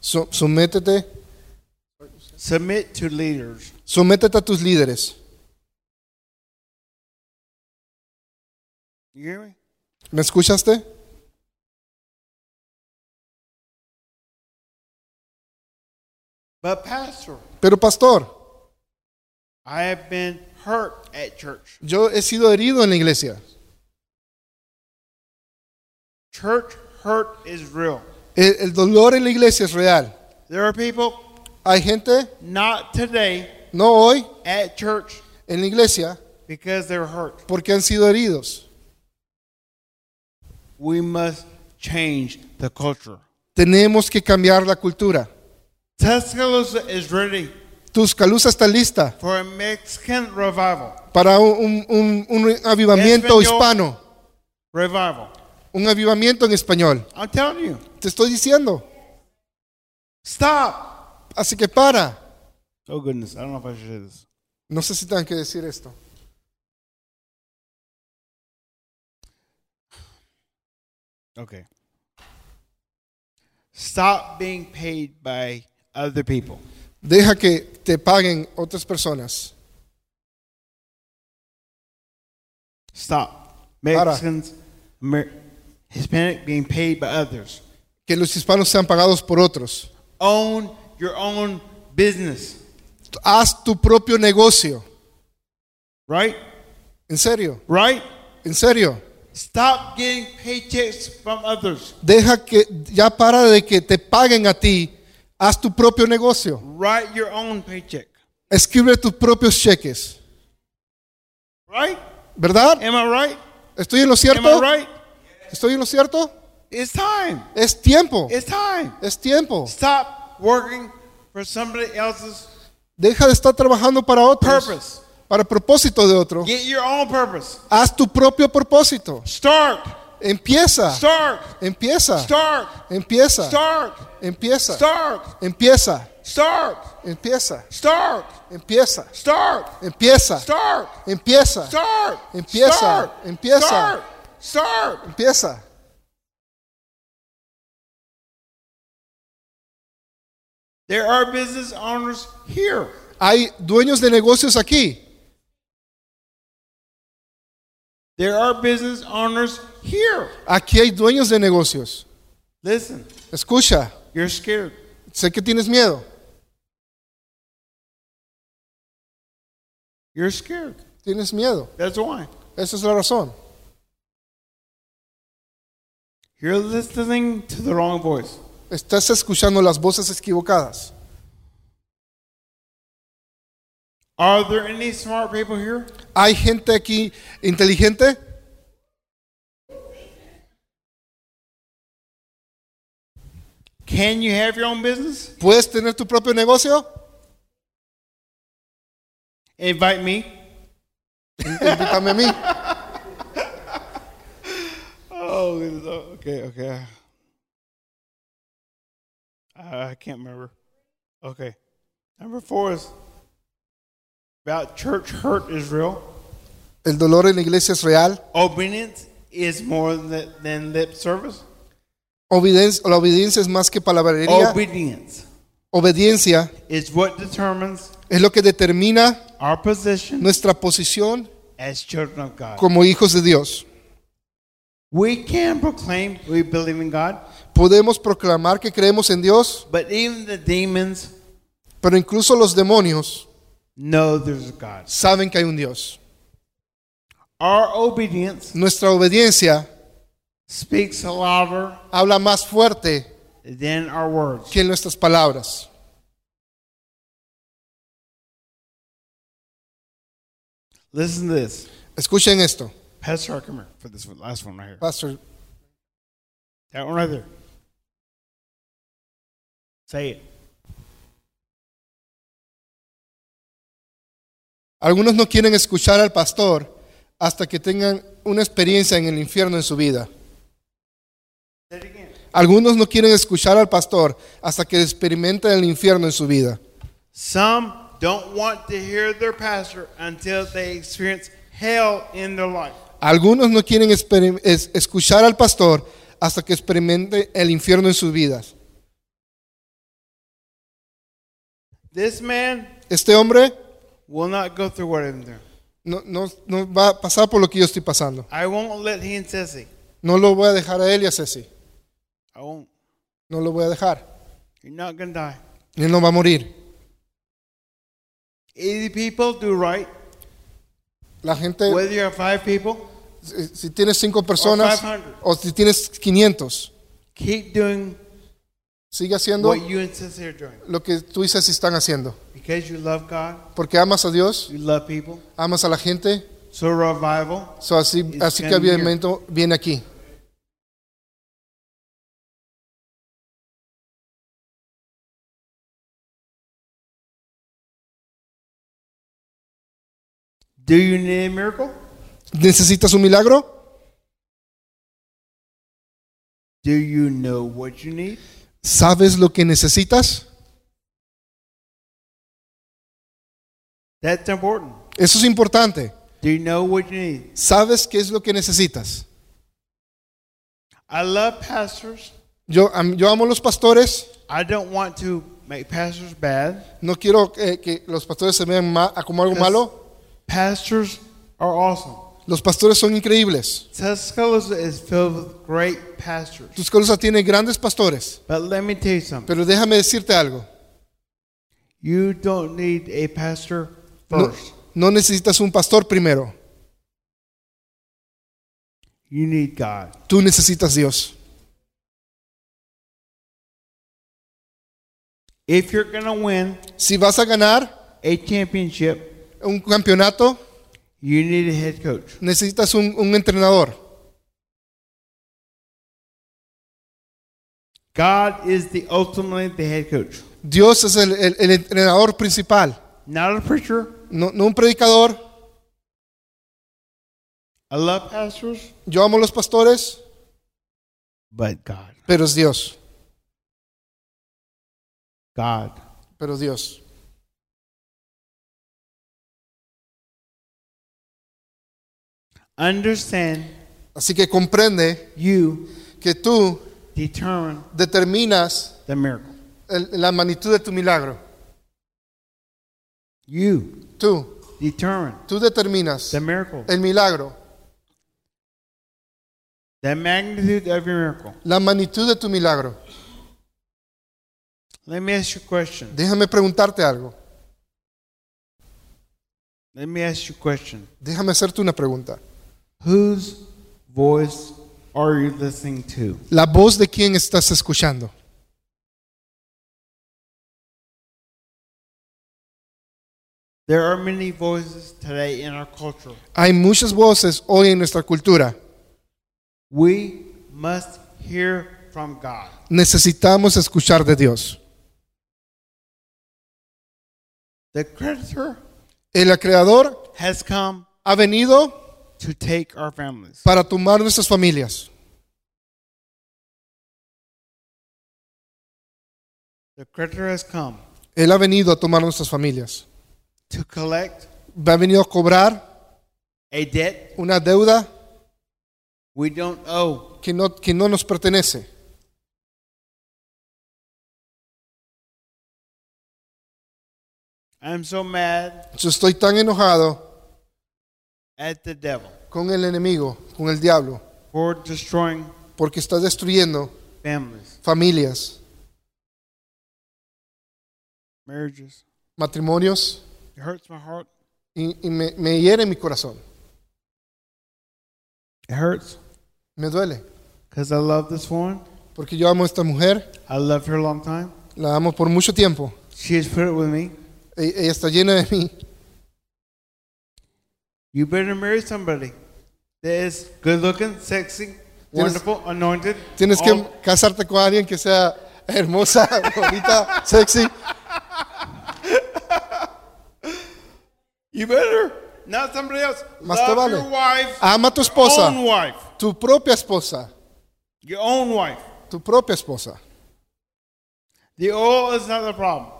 Speaker 2: So- sométete,
Speaker 1: Submit to leaders.
Speaker 2: sométete a tus líderes.
Speaker 1: You hear me?
Speaker 2: ¿Me escuchaste?
Speaker 1: But pastor,
Speaker 2: Pero pastor,
Speaker 1: I have been hurt at church.
Speaker 2: yo he sido herido en la iglesia.
Speaker 1: Church hurt is real.
Speaker 2: El- el dolor en la iglesia es real.
Speaker 1: There are people
Speaker 2: Hay gente,
Speaker 1: not today
Speaker 2: no hoy,
Speaker 1: at church
Speaker 2: en la iglesia
Speaker 1: because they're hurt.
Speaker 2: porque han sido heridos.
Speaker 1: We must change the culture.
Speaker 2: Tenemos que cambiar la cultura.
Speaker 1: Tuscaloosa is ready
Speaker 2: Tuscaloosa está lista
Speaker 1: for a Mexican revival.
Speaker 2: para un, un- un- un avivamiento
Speaker 1: Español.
Speaker 2: hispano,
Speaker 1: Revival.
Speaker 2: un avivamiento en español.
Speaker 1: I'm telling you,
Speaker 2: Te estoy diciendo,
Speaker 1: Stop.
Speaker 2: Así que para.
Speaker 1: Oh goodness, I don't know if I should say this.
Speaker 2: No sé si tengan que decir esto.
Speaker 1: Okay. Stop being paid by other people.
Speaker 2: Deja que te paguen otras personas.
Speaker 1: Stop. Mexicans, Amer- Hispanic being paid by others.
Speaker 2: Que los hispanos sean pagados por otros.
Speaker 1: Own your own business,
Speaker 2: Haz tu propio negocio.
Speaker 1: right?
Speaker 2: En serio,
Speaker 1: Right?
Speaker 2: en serio.
Speaker 1: Stop getting paychecks from others.
Speaker 2: Deja que ya para de que te paguen a ti. Haz tu propio negocio.
Speaker 1: Write your own paycheck,
Speaker 2: Escribe tus propios cheques.
Speaker 1: right?
Speaker 2: ¿Verdad?
Speaker 1: Am I right?
Speaker 2: ¿Estoy en
Speaker 1: Am
Speaker 2: lo
Speaker 1: I
Speaker 2: cierto?
Speaker 1: right?
Speaker 2: ¿Estoy en lo cierto?
Speaker 1: It's time.
Speaker 2: Es tiempo.
Speaker 1: It's time.
Speaker 2: Es tiempo.
Speaker 1: Stop working for somebody else's
Speaker 2: Deja de estar trabajando para otros.
Speaker 1: purpose.
Speaker 2: Para el propósito de otro.
Speaker 1: Get your own purpose.
Speaker 2: Haz tu propio propósito.
Speaker 1: Start.
Speaker 2: Empieza.
Speaker 1: Start.
Speaker 2: Empieza.
Speaker 1: Start.
Speaker 2: Empieza.
Speaker 1: Start.
Speaker 2: Empieza.
Speaker 1: Start.
Speaker 2: Empieza.
Speaker 1: Start.
Speaker 2: Empieza.
Speaker 1: Start.
Speaker 2: Empieza.
Speaker 1: Start.
Speaker 2: Empieza.
Speaker 1: Start.
Speaker 2: Empieza.
Speaker 1: Start.
Speaker 2: Empieza,
Speaker 1: Start.
Speaker 2: empieza.
Speaker 1: Start. Start.
Speaker 2: Empieza.
Speaker 1: There are business owners here.
Speaker 2: Hay dueños de negocios aquí.
Speaker 1: There are business owners here.
Speaker 2: Aquí hay dueños de negocios.
Speaker 1: Listen,
Speaker 2: Escucha,
Speaker 1: you're scared.
Speaker 2: sé que tienes miedo.
Speaker 1: You're scared.
Speaker 2: Tienes miedo.
Speaker 1: That's why.
Speaker 2: Esa es la razón.
Speaker 1: You're listening to the wrong voice.
Speaker 2: Estás escuchando las voces equivocadas.
Speaker 1: Are there any smart people here?
Speaker 2: ¿Hay gente aquí inteligente?
Speaker 1: Can you have your own business?
Speaker 2: ¿Puedes tener tu propio negocio?
Speaker 1: Invite me.
Speaker 2: Invítame a mí.
Speaker 1: Oh, goodness. Oh, okay, okay. I I can't remember. Okay. Number four is about church hurt is real.
Speaker 2: El dolor en la iglesia es real.
Speaker 1: Obedience is more than, than lip service.
Speaker 2: Obediencia, la obediencia es más que palabrería.
Speaker 1: Obedience
Speaker 2: Obediencia
Speaker 1: is what determines
Speaker 2: es lo que determina
Speaker 1: our position
Speaker 2: nuestra posición
Speaker 1: as children of God.
Speaker 2: como hijos de Dios.
Speaker 1: We can proclaim we believe in God,
Speaker 2: Podemos proclamar que creemos en Dios,
Speaker 1: but even the demons
Speaker 2: pero incluso los demonios
Speaker 1: know there's a God.
Speaker 2: saben que hay un Dios.
Speaker 1: Our obedience
Speaker 2: Nuestra obediencia
Speaker 1: speaks louder
Speaker 2: habla más fuerte
Speaker 1: than our words.
Speaker 2: que nuestras palabras.
Speaker 1: Listen to this.
Speaker 2: Escuchen esto,
Speaker 1: Pastor, Hart, come here for this one, last one right here.
Speaker 2: Pastor.
Speaker 1: That one right there. Say it.
Speaker 2: Algunos no quieren escuchar al pastor hasta que tengan una experiencia en el infierno en su vida.
Speaker 1: Say it again.
Speaker 2: Algunos no quieren escuchar al pastor hasta que experimenten el infierno en su vida.
Speaker 1: Some don't want to hear their pastor until they experience hell in their life.
Speaker 2: Algunos no quieren experim- es- escuchar al pastor hasta que experimente el infierno en sus vidas.
Speaker 1: This man
Speaker 2: Este hombre
Speaker 1: will not go through what I'm doing.
Speaker 2: no, no- no va a pasar por lo que yo estoy pasando.
Speaker 1: I won't let he and Ceci.
Speaker 2: No lo voy a dejar a él y a Ceci.
Speaker 1: I won't.
Speaker 2: No lo voy a dejar.
Speaker 1: You're not going to die.
Speaker 2: Él no va a morir.
Speaker 1: 80 people do right.
Speaker 2: La gente,
Speaker 1: Whether you have five people,
Speaker 2: si si tienes cinco personas
Speaker 1: 500.
Speaker 2: o si tienes 500,
Speaker 1: keep doing
Speaker 2: sigue haciendo
Speaker 1: what you and Ceci are doing.
Speaker 2: lo que tú y Ceci están haciendo.
Speaker 1: Because you love God,
Speaker 2: Porque amas a Dios,
Speaker 1: you love people.
Speaker 2: amas a la gente.
Speaker 1: So revival
Speaker 2: So, así,
Speaker 1: It's
Speaker 2: así que
Speaker 1: gonna be here.
Speaker 2: obviamente viene aquí.
Speaker 1: Do you need a miracle?
Speaker 2: ¿Necesitas un milagro?
Speaker 1: Do you know what you need?
Speaker 2: ¿Sabes lo que necesitas?
Speaker 1: That's important.
Speaker 2: Eso es importante.
Speaker 1: Do you know what you need?
Speaker 2: ¿Sabes qué es lo que necesitas?
Speaker 1: I love pastors.
Speaker 2: Yo, am- yo amo los pastores.
Speaker 1: I don't want to make pastors bad.
Speaker 2: No quiero eh, que los pastores se vean ma- como algo malo.
Speaker 1: Pastors are awesome.
Speaker 2: Los pastores son increíbles.
Speaker 1: Tuscaloosa is filled with great pastors.
Speaker 2: Tuscaloosa tiene grandes pastores.
Speaker 1: But let me tell you something.
Speaker 2: Pero déjame decirte algo.
Speaker 1: You don't need a pastor
Speaker 2: No,
Speaker 1: first.
Speaker 2: no necesitas un pastor primero.
Speaker 1: You need God.
Speaker 2: Tú necesitas Dios.
Speaker 1: If you're going to win
Speaker 2: Si vas a ganar
Speaker 1: a championship,
Speaker 2: un campeonato,
Speaker 1: you need a head coach.
Speaker 2: necesitas un, un entrenador.
Speaker 1: God is the ultimately the head coach.
Speaker 2: Dios es el, el- el entrenador principal.
Speaker 1: Not a preacher.
Speaker 2: No, no un predicador.
Speaker 1: I love pastors,
Speaker 2: Yo amo los pastores,
Speaker 1: but God.
Speaker 2: pero es Dios.
Speaker 1: God.
Speaker 2: Pero es Dios.
Speaker 1: Understand
Speaker 2: Así que comprende
Speaker 1: you
Speaker 2: que tú
Speaker 1: determine
Speaker 2: determinas
Speaker 1: the miracle.
Speaker 2: el- la magnitud de tu milagro.
Speaker 1: You
Speaker 2: Tú,
Speaker 1: determine
Speaker 2: tú determinas
Speaker 1: the miracle.
Speaker 2: el milagro,
Speaker 1: The magnitude of your miracle.
Speaker 2: la magnitud de tu milagro.
Speaker 1: Let me ask you a question.
Speaker 2: Déjame preguntarte algo.
Speaker 1: Let me ask you a question.
Speaker 2: Déjame hacerte una pregunta.
Speaker 1: Whose voice are you listening to?
Speaker 2: ¿La voz de quién estás escuchando?
Speaker 1: There are many voices today in our culture.
Speaker 2: Hay muchas voces hoy en nuestra cultura.
Speaker 1: We must hear from God.
Speaker 2: Necesitamos escuchar de Dios.
Speaker 1: The creditor
Speaker 2: El creador
Speaker 1: has come
Speaker 2: ha venido
Speaker 1: to take our families.
Speaker 2: para tomar nuestras familias.
Speaker 1: The creditor has come
Speaker 2: Él ha venido a tomar nuestras familias.
Speaker 1: to collect
Speaker 2: Ha venido a cobrar
Speaker 1: a debt
Speaker 2: una deuda
Speaker 1: we don't owe.
Speaker 2: que no, que no nos pertenece.
Speaker 1: I'm so mad
Speaker 2: Yo estoy tan enojado
Speaker 1: at the devil
Speaker 2: con el enemigo, con el diablo,
Speaker 1: for destroying
Speaker 2: porque está destruyendo
Speaker 1: families,
Speaker 2: familias,
Speaker 1: marriages.
Speaker 2: matrimonios
Speaker 1: It hurts my heart.
Speaker 2: y, y me, me hiere mi corazón.
Speaker 1: It hurts
Speaker 2: Me duele,
Speaker 1: because I love this woman.
Speaker 2: porque yo amo a esta mujer,
Speaker 1: I loved her a long time.
Speaker 2: la amo por mucho tiempo.
Speaker 1: She has put it with me.
Speaker 2: E- Ella está llena de mí.
Speaker 1: You better marry somebody that is good looking, sexy, wonderful, anointed.
Speaker 2: Tienes que
Speaker 1: all-
Speaker 2: casarte con alguien que sea hermosa, [laughs] bonita, sexy.
Speaker 1: You better. Not somebody else.
Speaker 2: Más te
Speaker 1: Love
Speaker 2: vale.
Speaker 1: your wife.
Speaker 2: Ama a tu
Speaker 1: Your
Speaker 2: esposa,
Speaker 1: own wife.
Speaker 2: tu propia esposa,
Speaker 1: Your own wife.
Speaker 2: tu propia esposa.
Speaker 1: The oil is not the problem.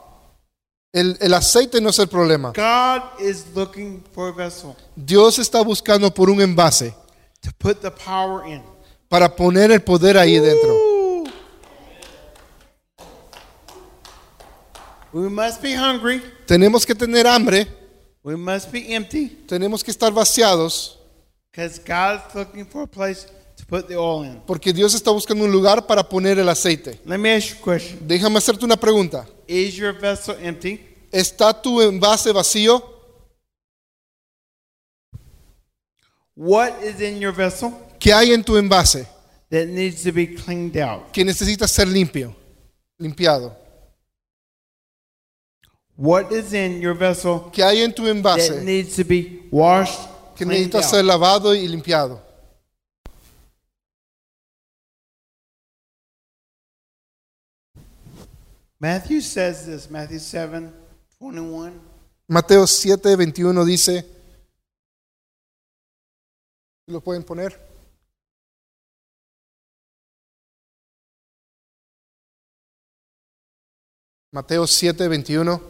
Speaker 2: El, el aceite no es el problema.
Speaker 1: God is looking for a vessel
Speaker 2: Dios está buscando por un envase
Speaker 1: to put the power in.
Speaker 2: para poner el poder ahí dentro.
Speaker 1: Ooh. We must be hungry.
Speaker 2: Tenemos que tener hambre,
Speaker 1: We must be empty
Speaker 2: tenemos que estar vaciados,
Speaker 1: because God's looking for a place to put the oil in.
Speaker 2: porque Dios está buscando un lugar para poner el aceite.
Speaker 1: Let me ask you a question.
Speaker 2: Déjame hacerte una pregunta.
Speaker 1: Is your vessel empty?
Speaker 2: ¿Está tu envase vacío?
Speaker 1: What is in your vessel
Speaker 2: ¿Qué hay en tu envase
Speaker 1: that needs to be cleaned out?
Speaker 2: que necesita ser limpio, limpiado?
Speaker 1: What is in your vessel
Speaker 2: ¿Qué hay en tu
Speaker 1: that
Speaker 2: envase
Speaker 1: needs to be washed?
Speaker 2: Ah, que
Speaker 1: cleaned
Speaker 2: necesita
Speaker 1: out?
Speaker 2: ser lavado y limpiado?
Speaker 1: Matthew says this, Matthew 7 21.
Speaker 2: Mateo 7, 21 dice, ¿lo pueden poner? Mateo 7, 21.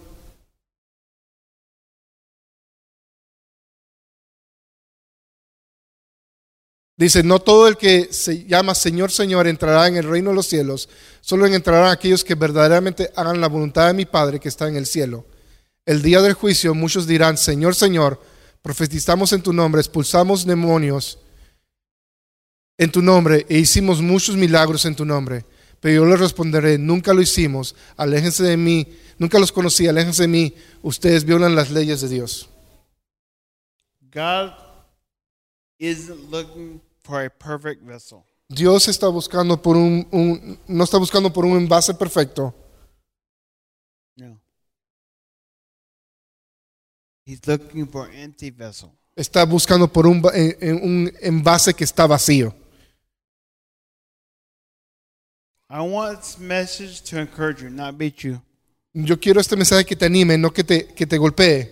Speaker 2: Dice, no todo el que se llama Señor, Señor entrará en el reino de los cielos, solo entrarán aquellos que verdaderamente hagan la voluntad de mi Padre que está en el cielo. El día del juicio muchos dirán, Señor, Señor, profetizamos en tu nombre, expulsamos demonios en tu nombre e hicimos muchos milagros en tu nombre. Pero yo les responderé, nunca lo hicimos, aléjense de mí, nunca los conocí, aléjense de mí, ustedes violan las leyes de Dios.
Speaker 1: God isn't looking for a perfect vessel.
Speaker 2: Dios está buscando por un, un- no está buscando por un envase perfecto,
Speaker 1: No. He's looking for an empty vessel.
Speaker 2: está buscando por un, va- eh, eh, un envase que está vacío.
Speaker 1: I want this message to encourage you, not beat you.
Speaker 2: Yo quiero este mensaje que te anime, no que te, que te golpee.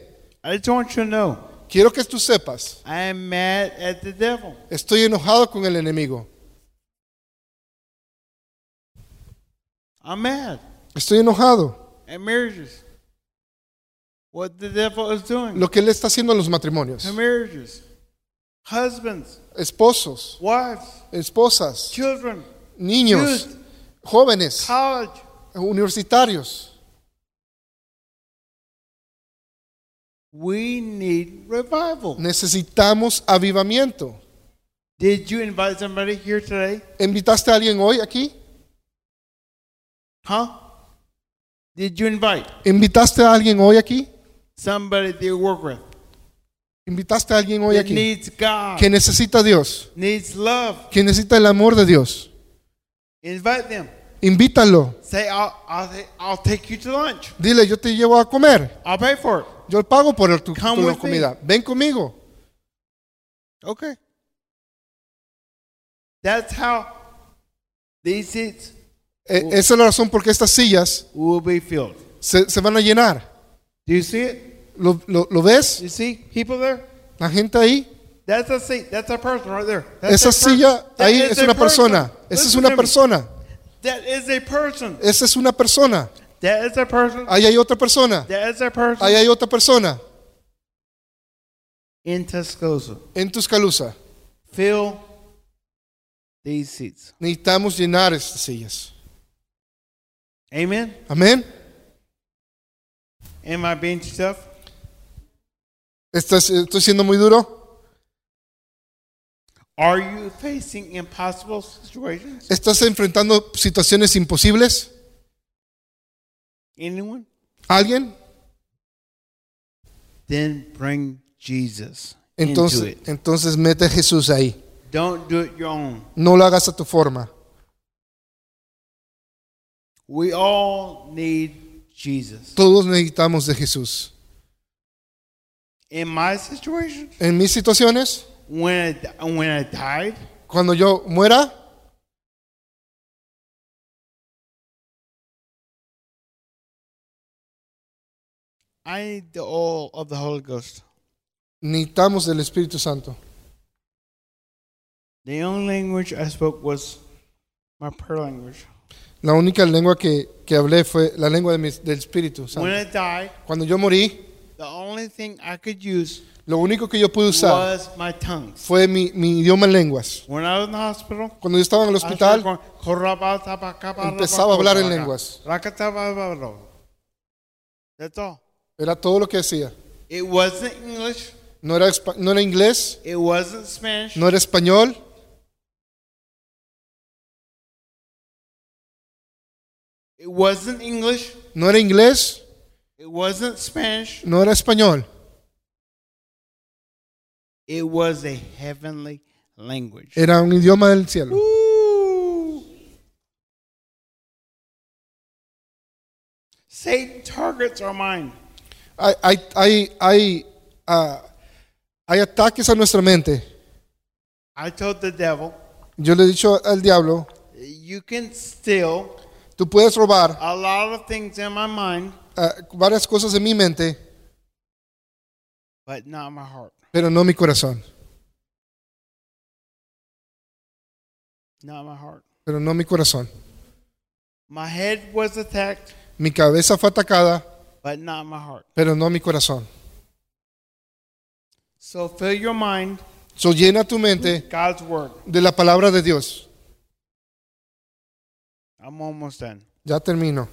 Speaker 1: I just want you to know
Speaker 2: Quiero que tú sepas,
Speaker 1: I am mad at the devil.
Speaker 2: estoy enojado con el enemigo.
Speaker 1: I'm mad
Speaker 2: Estoy enojado.
Speaker 1: at marriages. What the devil is doing
Speaker 2: Lo que él está haciendo en los matrimonios.
Speaker 1: to marriages, husbands,
Speaker 2: Esposos,
Speaker 1: wives,
Speaker 2: esposas,
Speaker 1: children,
Speaker 2: niños,
Speaker 1: youth,
Speaker 2: jóvenes,
Speaker 1: college.
Speaker 2: universitarios.
Speaker 1: We need revival.
Speaker 2: Necesitamos avivamiento.
Speaker 1: Did you invite somebody here today?
Speaker 2: ¿Invitaste a alguien hoy aquí?
Speaker 1: Huh? Did you invite
Speaker 2: ¿Invitaste a alguien hoy aquí?
Speaker 1: somebody that you work with
Speaker 2: ¿Invitaste a alguien hoy
Speaker 1: that
Speaker 2: aquí?
Speaker 1: needs God,
Speaker 2: Que necesita a Dios,
Speaker 1: needs love?
Speaker 2: que necesita el amor de Dios.
Speaker 1: Invite them.
Speaker 2: Invítalo.
Speaker 1: Say, I'll, I'll, ta- I'll take you to lunch.
Speaker 2: Dile, yo te llevo a comer.
Speaker 1: I'll pay for it.
Speaker 2: Yo pago por tu,
Speaker 1: Come
Speaker 2: tu
Speaker 1: with me.
Speaker 2: comida. Ven conmigo.
Speaker 1: Okay. That's how these seats
Speaker 2: E- esa es la razón por qué estas sillas
Speaker 1: will be filled.
Speaker 2: se, se van a llenar.
Speaker 1: Do you see it?
Speaker 2: ¿Lo, lo, lo
Speaker 1: Do
Speaker 2: ves?
Speaker 1: you see people there?
Speaker 2: La gente ahí.
Speaker 1: That's a seat. That's a person right there. That's
Speaker 2: Esa
Speaker 1: a per-
Speaker 2: silla
Speaker 1: that
Speaker 2: ahí
Speaker 1: is
Speaker 2: es
Speaker 1: a
Speaker 2: una persona. Esa es
Speaker 1: Listen to
Speaker 2: una
Speaker 1: me.
Speaker 2: persona.
Speaker 1: That is a person.
Speaker 2: Esa es una persona.
Speaker 1: That is a person.
Speaker 2: Ahí hay otra persona.
Speaker 1: That is a person.
Speaker 2: Ahí hay otra persona.
Speaker 1: In Tuscaloosa.
Speaker 2: En Tuscaloosa.
Speaker 1: Fill these seats.
Speaker 2: Necesitamos llenar estas sillas.
Speaker 1: Amen.
Speaker 2: Amén.
Speaker 1: Am I being too tough?
Speaker 2: ¿Estás, eh, ¿Estoy siendo muy duro?
Speaker 1: Are you facing impossible situations?
Speaker 2: ¿Estás enfrentando situaciones imposibles?
Speaker 1: Anyone?
Speaker 2: ¿Alguien?
Speaker 1: Then bring Jesus into
Speaker 2: Entonces,
Speaker 1: it.
Speaker 2: entonces mete a Jesús ahí.
Speaker 1: Don't do it your own.
Speaker 2: No lo hagas a tu forma.
Speaker 1: We all need Jesus.
Speaker 2: Todos necesitamos de Jesús.
Speaker 1: In my situation,
Speaker 2: En mis situaciones,
Speaker 1: when I, when I died,
Speaker 2: cuando yo muera,
Speaker 1: I need the oil of the Holy Ghost.
Speaker 2: necesitamos del Espíritu Santo.
Speaker 1: The only language I spoke was my prayer language.
Speaker 2: La única lengua que, que hablé fue la lengua de mi- del Espíritu
Speaker 1: When
Speaker 2: Santo.
Speaker 1: I died,
Speaker 2: Cuando yo morí,
Speaker 1: the only thing I could use
Speaker 2: lo único que yo pude usar
Speaker 1: was my tongues.
Speaker 2: fue mi, mi idioma en lenguas.
Speaker 1: When I was in the hospital,
Speaker 2: Cuando yo estaba en el
Speaker 1: I started
Speaker 2: hospital,
Speaker 1: going, "Korabatabakarabaka,
Speaker 2: Empezaba a hablar en lenguas.
Speaker 1: rakatababaro." That's all.
Speaker 2: era todo lo que decía.
Speaker 1: It wasn't English.
Speaker 2: No era, espa- no era inglés,
Speaker 1: It wasn't Spanish.
Speaker 2: no era español,
Speaker 1: It wasn't English.
Speaker 2: no era inglés,
Speaker 1: It wasn't Spanish.
Speaker 2: no era español.
Speaker 1: It was a heavenly language.
Speaker 2: Era un idioma del cielo.
Speaker 1: Ooh. Satan targets our mind.
Speaker 2: Hay, hay, hay, hay, ah, hay ataques a nuestra mente.
Speaker 1: I told the devil,
Speaker 2: Yo le he dicho al diablo,
Speaker 1: you can steal
Speaker 2: tú puedes robar
Speaker 1: a lot of things in my mind,
Speaker 2: ah, varias cosas de mi mente,
Speaker 1: but not my heart,
Speaker 2: pero no mi corazón.
Speaker 1: not my heart.
Speaker 2: Pero no mi corazón.
Speaker 1: My head was attacked.
Speaker 2: Mi cabeza fue atacada,
Speaker 1: but not my heart.
Speaker 2: pero no mi corazón.
Speaker 1: So fill your mind,
Speaker 2: So, llena tu mente
Speaker 1: God's word.
Speaker 2: de la palabra de Dios.
Speaker 1: I'm almost done.
Speaker 2: Ya termino.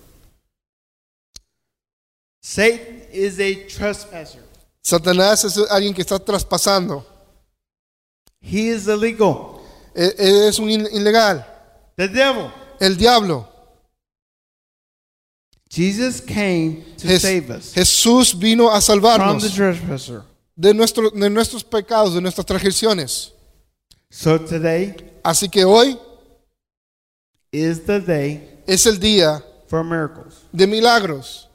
Speaker 1: Satan is a trespasser.
Speaker 2: Satanás es alguien que está traspasando.
Speaker 1: He is illegal.
Speaker 2: E- e- Es un in- ilegal.
Speaker 1: The devil.
Speaker 2: El diablo.
Speaker 1: Jesus came to
Speaker 2: Jes-
Speaker 1: save us
Speaker 2: Jesús vino a
Speaker 1: from the
Speaker 2: salvarnos
Speaker 1: trespasser.
Speaker 2: de, nuestro- de nuestros pecados, de nuestras transgresiones.
Speaker 1: So today
Speaker 2: Así que hoy
Speaker 1: is the day
Speaker 2: es el día
Speaker 1: for miracles.
Speaker 2: de milagros.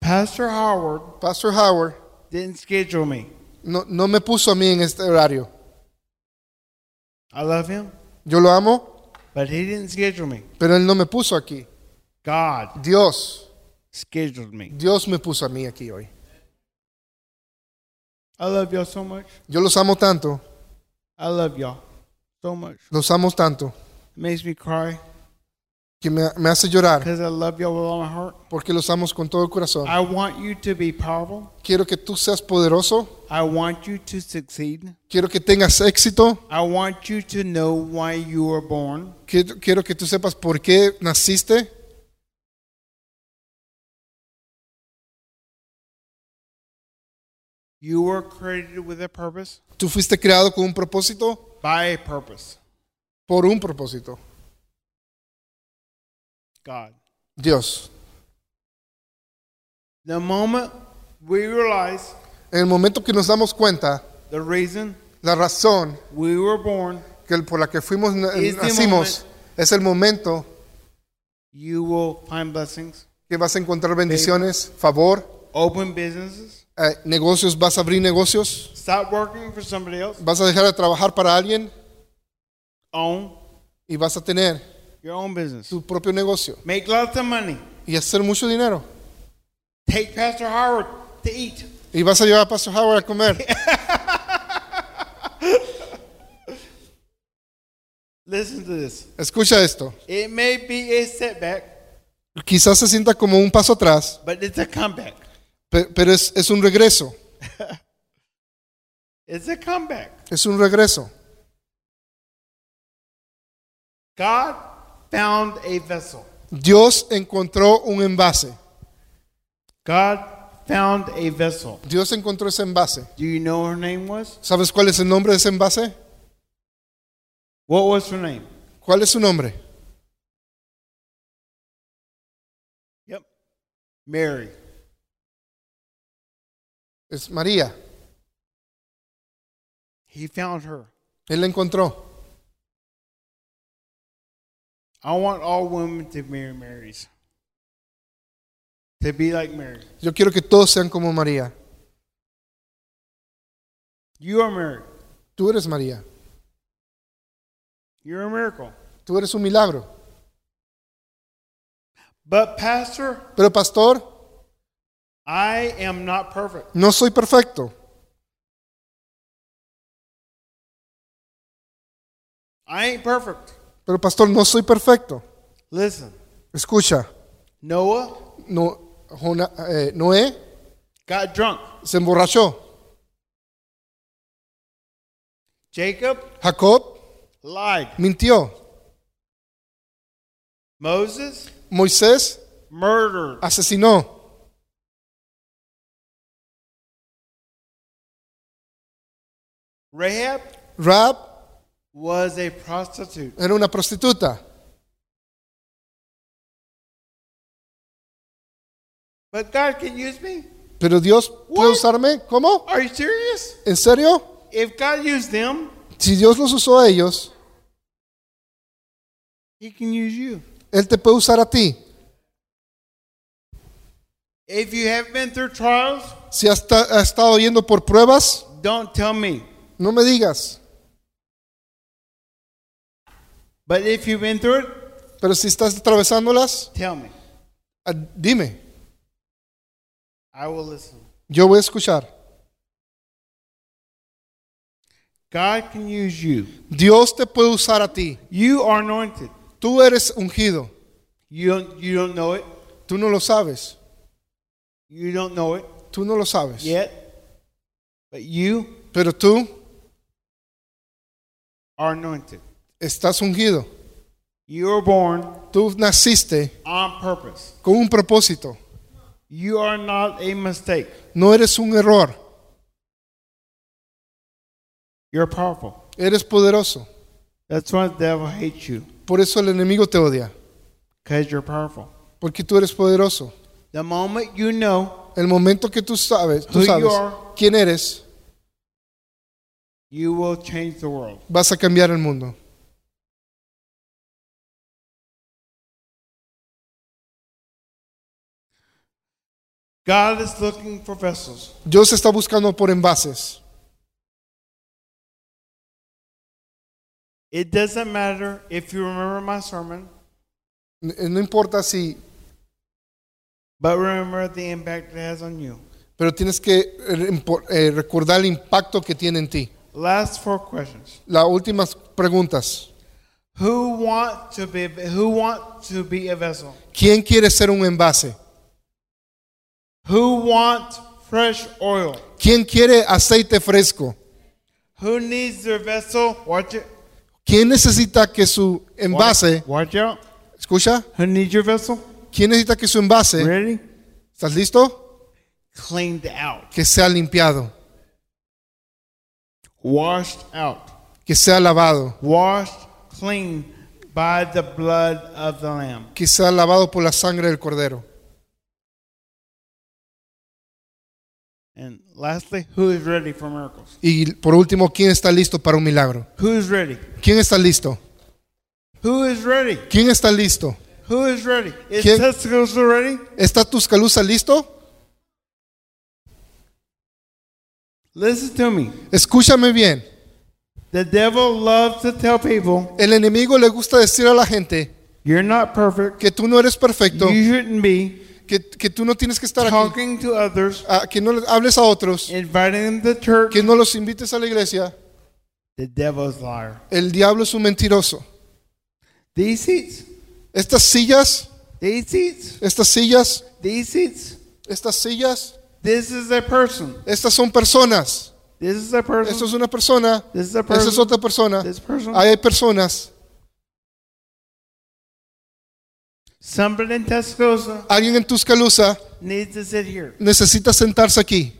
Speaker 1: Pastor Howard
Speaker 2: Pastor Howard
Speaker 1: didn't schedule me.
Speaker 2: no, no me puso a mí en este horario.
Speaker 1: I love him,
Speaker 2: Yo lo amo,
Speaker 1: but he didn't schedule me.
Speaker 2: pero él no me puso aquí.
Speaker 1: God
Speaker 2: Dios,
Speaker 1: scheduled me.
Speaker 2: Dios me puso a mí aquí hoy.
Speaker 1: I love y'all so much.
Speaker 2: Yo los amo tanto,
Speaker 1: I love y'all so much.
Speaker 2: los amo tanto,
Speaker 1: It makes me cry
Speaker 2: que me, me hace llorar,
Speaker 1: because I love y'all with all my heart.
Speaker 2: porque los amo con todo el corazón.
Speaker 1: I want you to be powerful.
Speaker 2: Quiero que tú seas poderoso,
Speaker 1: I want you to succeed.
Speaker 2: quiero que tengas éxito,
Speaker 1: I want you to know why you were born.
Speaker 2: quiero, quiero que tú sepas por qué naciste.
Speaker 1: You were created with a purpose,
Speaker 2: Tú fuiste creado con un propósito,
Speaker 1: by a purpose.
Speaker 2: por un propósito.
Speaker 1: God.
Speaker 2: Dios.
Speaker 1: The moment we realize
Speaker 2: En el momento que nos damos cuenta,
Speaker 1: the reason
Speaker 2: la razón
Speaker 1: we were born,
Speaker 2: que por la que fuimos na-
Speaker 1: Is the
Speaker 2: nacimos es el momento
Speaker 1: you will find blessings,
Speaker 2: que vas a encontrar bendiciones, favor,
Speaker 1: open businesses,
Speaker 2: eh, negocios, vas a abrir negocios,
Speaker 1: stop working for somebody else,
Speaker 2: vas a dejar de trabajar para alguien
Speaker 1: own
Speaker 2: y vas a tener
Speaker 1: your own business,
Speaker 2: tu propio negocio
Speaker 1: make lots of money,
Speaker 2: y hacer mucho dinero.
Speaker 1: take Pastor Howard to eat.
Speaker 2: Y vas a llevar a Pastor Howard a comer.
Speaker 1: Listen to this.
Speaker 2: Escucha esto.
Speaker 1: It may be a setback,
Speaker 2: Quizás se sienta como un paso atrás,
Speaker 1: but it's a comeback.
Speaker 2: pe- pero es, es un regreso.
Speaker 1: It's a comeback.
Speaker 2: Es un regreso.
Speaker 1: God found a vessel.
Speaker 2: Dios encontró un envase.
Speaker 1: God found a vessel.
Speaker 2: Dios encontró ese envase.
Speaker 1: Do you know her name was?
Speaker 2: ¿Sabes cuál es el nombre de ese envase?
Speaker 1: What was her name?
Speaker 2: ¿Cuál es su nombre?
Speaker 1: Yep. Mary.
Speaker 2: Es María.
Speaker 1: He found her.
Speaker 2: Él la encontró.
Speaker 1: I want all women to marry Marys. To be like Mary.
Speaker 2: Yo quiero que todos sean como María.
Speaker 1: You are married.
Speaker 2: Tú eres María.
Speaker 1: You're a miracle.
Speaker 2: Tú eres un milagro.
Speaker 1: But, Pastor,
Speaker 2: Pero pastor,
Speaker 1: I am not perfect.
Speaker 2: no soy perfecto.
Speaker 1: I ain't perfect.
Speaker 2: Pero pastor, no soy perfecto.
Speaker 1: Listen,
Speaker 2: Escucha,
Speaker 1: Noah
Speaker 2: no, Jona- eh, Noé
Speaker 1: got drunk.
Speaker 2: se emborrachó.
Speaker 1: Jacob
Speaker 2: Jacob
Speaker 1: lied.
Speaker 2: mintió.
Speaker 1: Moses
Speaker 2: Moisés
Speaker 1: murdered.
Speaker 2: asesinó.
Speaker 1: Rahab
Speaker 2: Rab
Speaker 1: was a prostitute.
Speaker 2: era una prostituta.
Speaker 1: But God can use me?
Speaker 2: Pero Dios puede
Speaker 1: What?
Speaker 2: usarme. ¿Cómo?
Speaker 1: Are you serious?
Speaker 2: ¿En serio?
Speaker 1: If God used them,
Speaker 2: Si Dios los usó a ellos,
Speaker 1: He can use you.
Speaker 2: Él te puede usar a ti.
Speaker 1: If you have been through trials,
Speaker 2: Si has, ta- has estado yendo por pruebas,
Speaker 1: don't tell me.
Speaker 2: no me digas.
Speaker 1: But if you've been through it,
Speaker 2: Pero si estás atravesándolas,
Speaker 1: tell me.
Speaker 2: ah, dime.
Speaker 1: I will listen.
Speaker 2: Yo voy a escuchar.
Speaker 1: God can use you.
Speaker 2: Dios te puede usar a ti.
Speaker 1: You are anointed.
Speaker 2: Tú eres ungido.
Speaker 1: You don't, you don't know it.
Speaker 2: Tú no lo sabes.
Speaker 1: You don't know it
Speaker 2: Tú no lo sabes.
Speaker 1: yet. But you
Speaker 2: Pero tú
Speaker 1: are anointed.
Speaker 2: estás ungido.
Speaker 1: You were born
Speaker 2: Tú naciste
Speaker 1: on purpose.
Speaker 2: con un propósito.
Speaker 1: You are not a mistake.
Speaker 2: No eres un error.
Speaker 1: You're powerful.
Speaker 2: Eres poderoso.
Speaker 1: That's why the devil hates you,
Speaker 2: Por eso el enemigo te odia.
Speaker 1: because you're powerful.
Speaker 2: Porque tú eres poderoso.
Speaker 1: The moment you know,
Speaker 2: El momento que tú sabes, tú
Speaker 1: Who you
Speaker 2: sabes
Speaker 1: are.
Speaker 2: quién eres,
Speaker 1: you will change the world.
Speaker 2: vas a cambiar el mundo.
Speaker 1: God is looking for vessels.
Speaker 2: Dios está buscando por envases.
Speaker 1: It doesn't matter if you remember my sermon,
Speaker 2: N- eh, No importa si,
Speaker 1: but remember the impact it has on you.
Speaker 2: pero tienes que eh, impo- eh, recordar el impacto que tiene en ti.
Speaker 1: Last four questions.
Speaker 2: Las últimas preguntas.
Speaker 1: Who want to be who want to be a vessel?
Speaker 2: ¿Quién quiere ser un envase?
Speaker 1: Who want fresh oil?
Speaker 2: ¿Quién quiere aceite fresco?
Speaker 1: Who needs their vessel? Watch it.
Speaker 2: ¿Quién necesita que su envase,
Speaker 1: Watch out.
Speaker 2: escucha?
Speaker 1: Who needs your vessel?
Speaker 2: ¿Quién necesita que su envase,
Speaker 1: Ready?
Speaker 2: ¿estás listo?
Speaker 1: Cleaned out.
Speaker 2: Que sea limpiado,
Speaker 1: Washed out.
Speaker 2: que sea lavado,
Speaker 1: Washed clean by the blood of the Lamb.
Speaker 2: que sea lavado por la sangre del cordero.
Speaker 1: And lastly, who is ready for miracles?
Speaker 2: Y por último, ¿quién está listo para un milagro?
Speaker 1: Who is ready?
Speaker 2: ¿Quién está listo?
Speaker 1: Who is ready?
Speaker 2: ¿Quién está listo?
Speaker 1: Who is ready? Is
Speaker 2: ¿Quién?
Speaker 1: Tuscaloosa ready?
Speaker 2: ¿Está Tuscaloosa listo?
Speaker 1: Listen to me.
Speaker 2: Escúchame bien.
Speaker 1: The devil loves to tell people
Speaker 2: El enemigo le gusta decir a la gente
Speaker 1: you're not perfect.
Speaker 2: que tú no eres perfecto,
Speaker 1: You shouldn't be
Speaker 2: que, que tú no tienes que estar aquí,
Speaker 1: talking to others,
Speaker 2: ah, que no les hables a otros,
Speaker 1: inviting them to church.
Speaker 2: que no los invites a la iglesia.
Speaker 1: The devil's liar.
Speaker 2: El diablo es un mentiroso.
Speaker 1: These seats,
Speaker 2: Estas sillas,
Speaker 1: these seats,
Speaker 2: estas sillas,
Speaker 1: these seats.
Speaker 2: estas sillas,
Speaker 1: This is a person.
Speaker 2: estas son personas.
Speaker 1: This is a person.
Speaker 2: Esto es una persona,
Speaker 1: this is a
Speaker 2: esta
Speaker 1: person.
Speaker 2: es otra persona.
Speaker 1: This person.
Speaker 2: Ahí hay personas.
Speaker 1: Somebody in Tuscaloosa
Speaker 2: Alguien en Tuscaloosa
Speaker 1: needs to sit here.
Speaker 2: necesita sentarse aquí.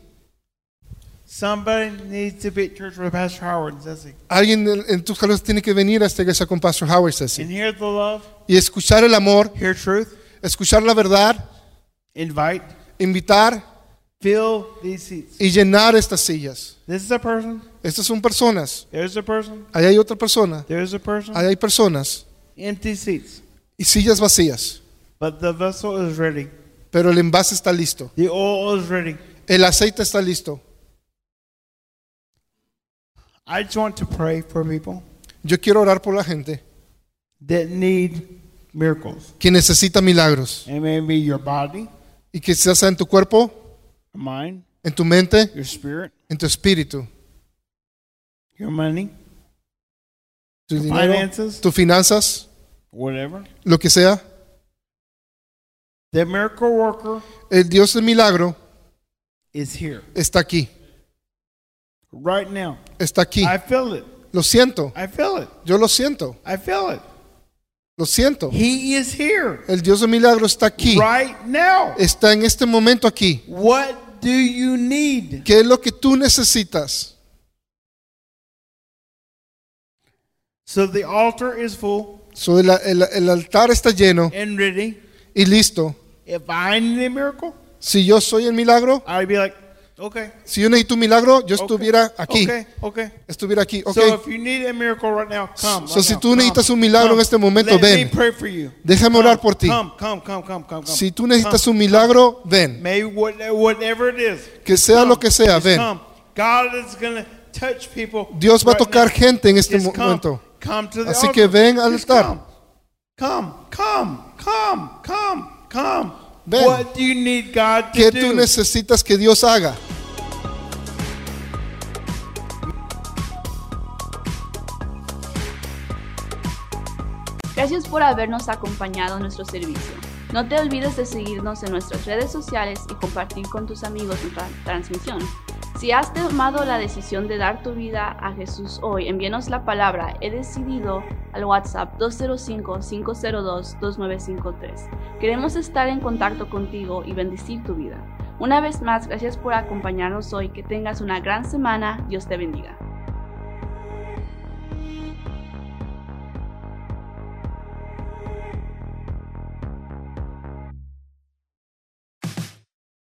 Speaker 1: Somebody needs to be at church with Pastor Howard, says he.
Speaker 2: Alguien en en Tuscaloosa tiene que venir a esta iglesia con Pastor Howard Ceci,
Speaker 1: And hear the love,
Speaker 2: y escuchar el amor,
Speaker 1: hear truth,
Speaker 2: escuchar la verdad,
Speaker 1: invite,
Speaker 2: invitar
Speaker 1: fill these seats.
Speaker 2: y llenar estas sillas.
Speaker 1: This is a person.
Speaker 2: Estas son personas.
Speaker 1: There's a person.
Speaker 2: Ahí hay otra persona.
Speaker 1: There's a person.
Speaker 2: Ahí hay personas
Speaker 1: Empty seats.
Speaker 2: y sillas vacías.
Speaker 1: But the vessel is ready.
Speaker 2: Pero el envase está listo.
Speaker 1: The oil is ready.
Speaker 2: El aceite está listo.
Speaker 1: I just want to pray for people
Speaker 2: Yo quiero orar por la gente
Speaker 1: that need miracles.
Speaker 2: que necesita milagros.
Speaker 1: It may be your body,
Speaker 2: Y que sea en tu cuerpo,
Speaker 1: your mind,
Speaker 2: en tu mente,
Speaker 1: your spirit,
Speaker 2: en tu espíritu,
Speaker 1: your money,
Speaker 2: tu dinero,
Speaker 1: finances,
Speaker 2: tus finanzas,
Speaker 1: whatever.
Speaker 2: lo que sea.
Speaker 1: The miracle worker
Speaker 2: El Dios del milagro
Speaker 1: is here
Speaker 2: está aquí.
Speaker 1: right now.
Speaker 2: Está aquí.
Speaker 1: I feel it.
Speaker 2: Lo siento.
Speaker 1: I feel it.
Speaker 2: Yo lo siento.
Speaker 1: I feel it.
Speaker 2: Lo siento.
Speaker 1: He is here
Speaker 2: El Dios de milagro está aquí.
Speaker 1: right now.
Speaker 2: Está en este momento aquí.
Speaker 1: What do you need?
Speaker 2: ¿Qué es lo que tú necesitas?
Speaker 1: So the altar is full
Speaker 2: So, el, el- el altar está lleno
Speaker 1: and ready.
Speaker 2: y listo.
Speaker 1: If I need a miracle,
Speaker 2: Si yo soy el milagro,
Speaker 1: I'd be like, okay.
Speaker 2: si yo necesito un milagro,
Speaker 1: okay,
Speaker 2: yo estuviera aquí.
Speaker 1: Okay, okay.
Speaker 2: Estuviera aquí. Ok.
Speaker 1: So if you need a miracle right now, come.
Speaker 2: So
Speaker 1: right
Speaker 2: si
Speaker 1: now,
Speaker 2: tú necesitas
Speaker 1: come,
Speaker 2: un milagro en
Speaker 1: come.
Speaker 2: este momento,
Speaker 1: Let
Speaker 2: ven.
Speaker 1: Me pray for you.
Speaker 2: Déjame
Speaker 1: Come,
Speaker 2: orar por ti.
Speaker 1: Come, come, come, come, come, come.
Speaker 2: Si tú necesitas un milagro, ven.
Speaker 1: May what, whatever it is.
Speaker 2: Que sea
Speaker 1: come.
Speaker 2: lo que sea,
Speaker 1: Just
Speaker 2: ven.
Speaker 1: come. God is gonna touch people
Speaker 2: Dios va a
Speaker 1: right
Speaker 2: tocar
Speaker 1: now.
Speaker 2: gente en este
Speaker 1: Just come.
Speaker 2: momento.
Speaker 1: Come to the
Speaker 2: Así
Speaker 1: altar.
Speaker 2: que ven al
Speaker 1: Just
Speaker 2: altar.
Speaker 1: Come, come, come, come, come.
Speaker 2: Ven.
Speaker 1: What do you need God to
Speaker 2: ¿Qué tú
Speaker 1: do?
Speaker 2: necesitas que Dios haga?
Speaker 3: Gracias por habernos acompañado en nuestro servicio. No te olvides de seguirnos en nuestras redes sociales y compartir con tus amigos nuestra transmisión. Si has tomado la decisión de dar tu vida a Jesús hoy, envíanos la palabra He decidido al WhatsApp 205-502-2953. Queremos estar en contacto contigo y bendecir tu vida. Una vez más, gracias por acompañarnos hoy. Que tengas una gran semana. Dios te bendiga.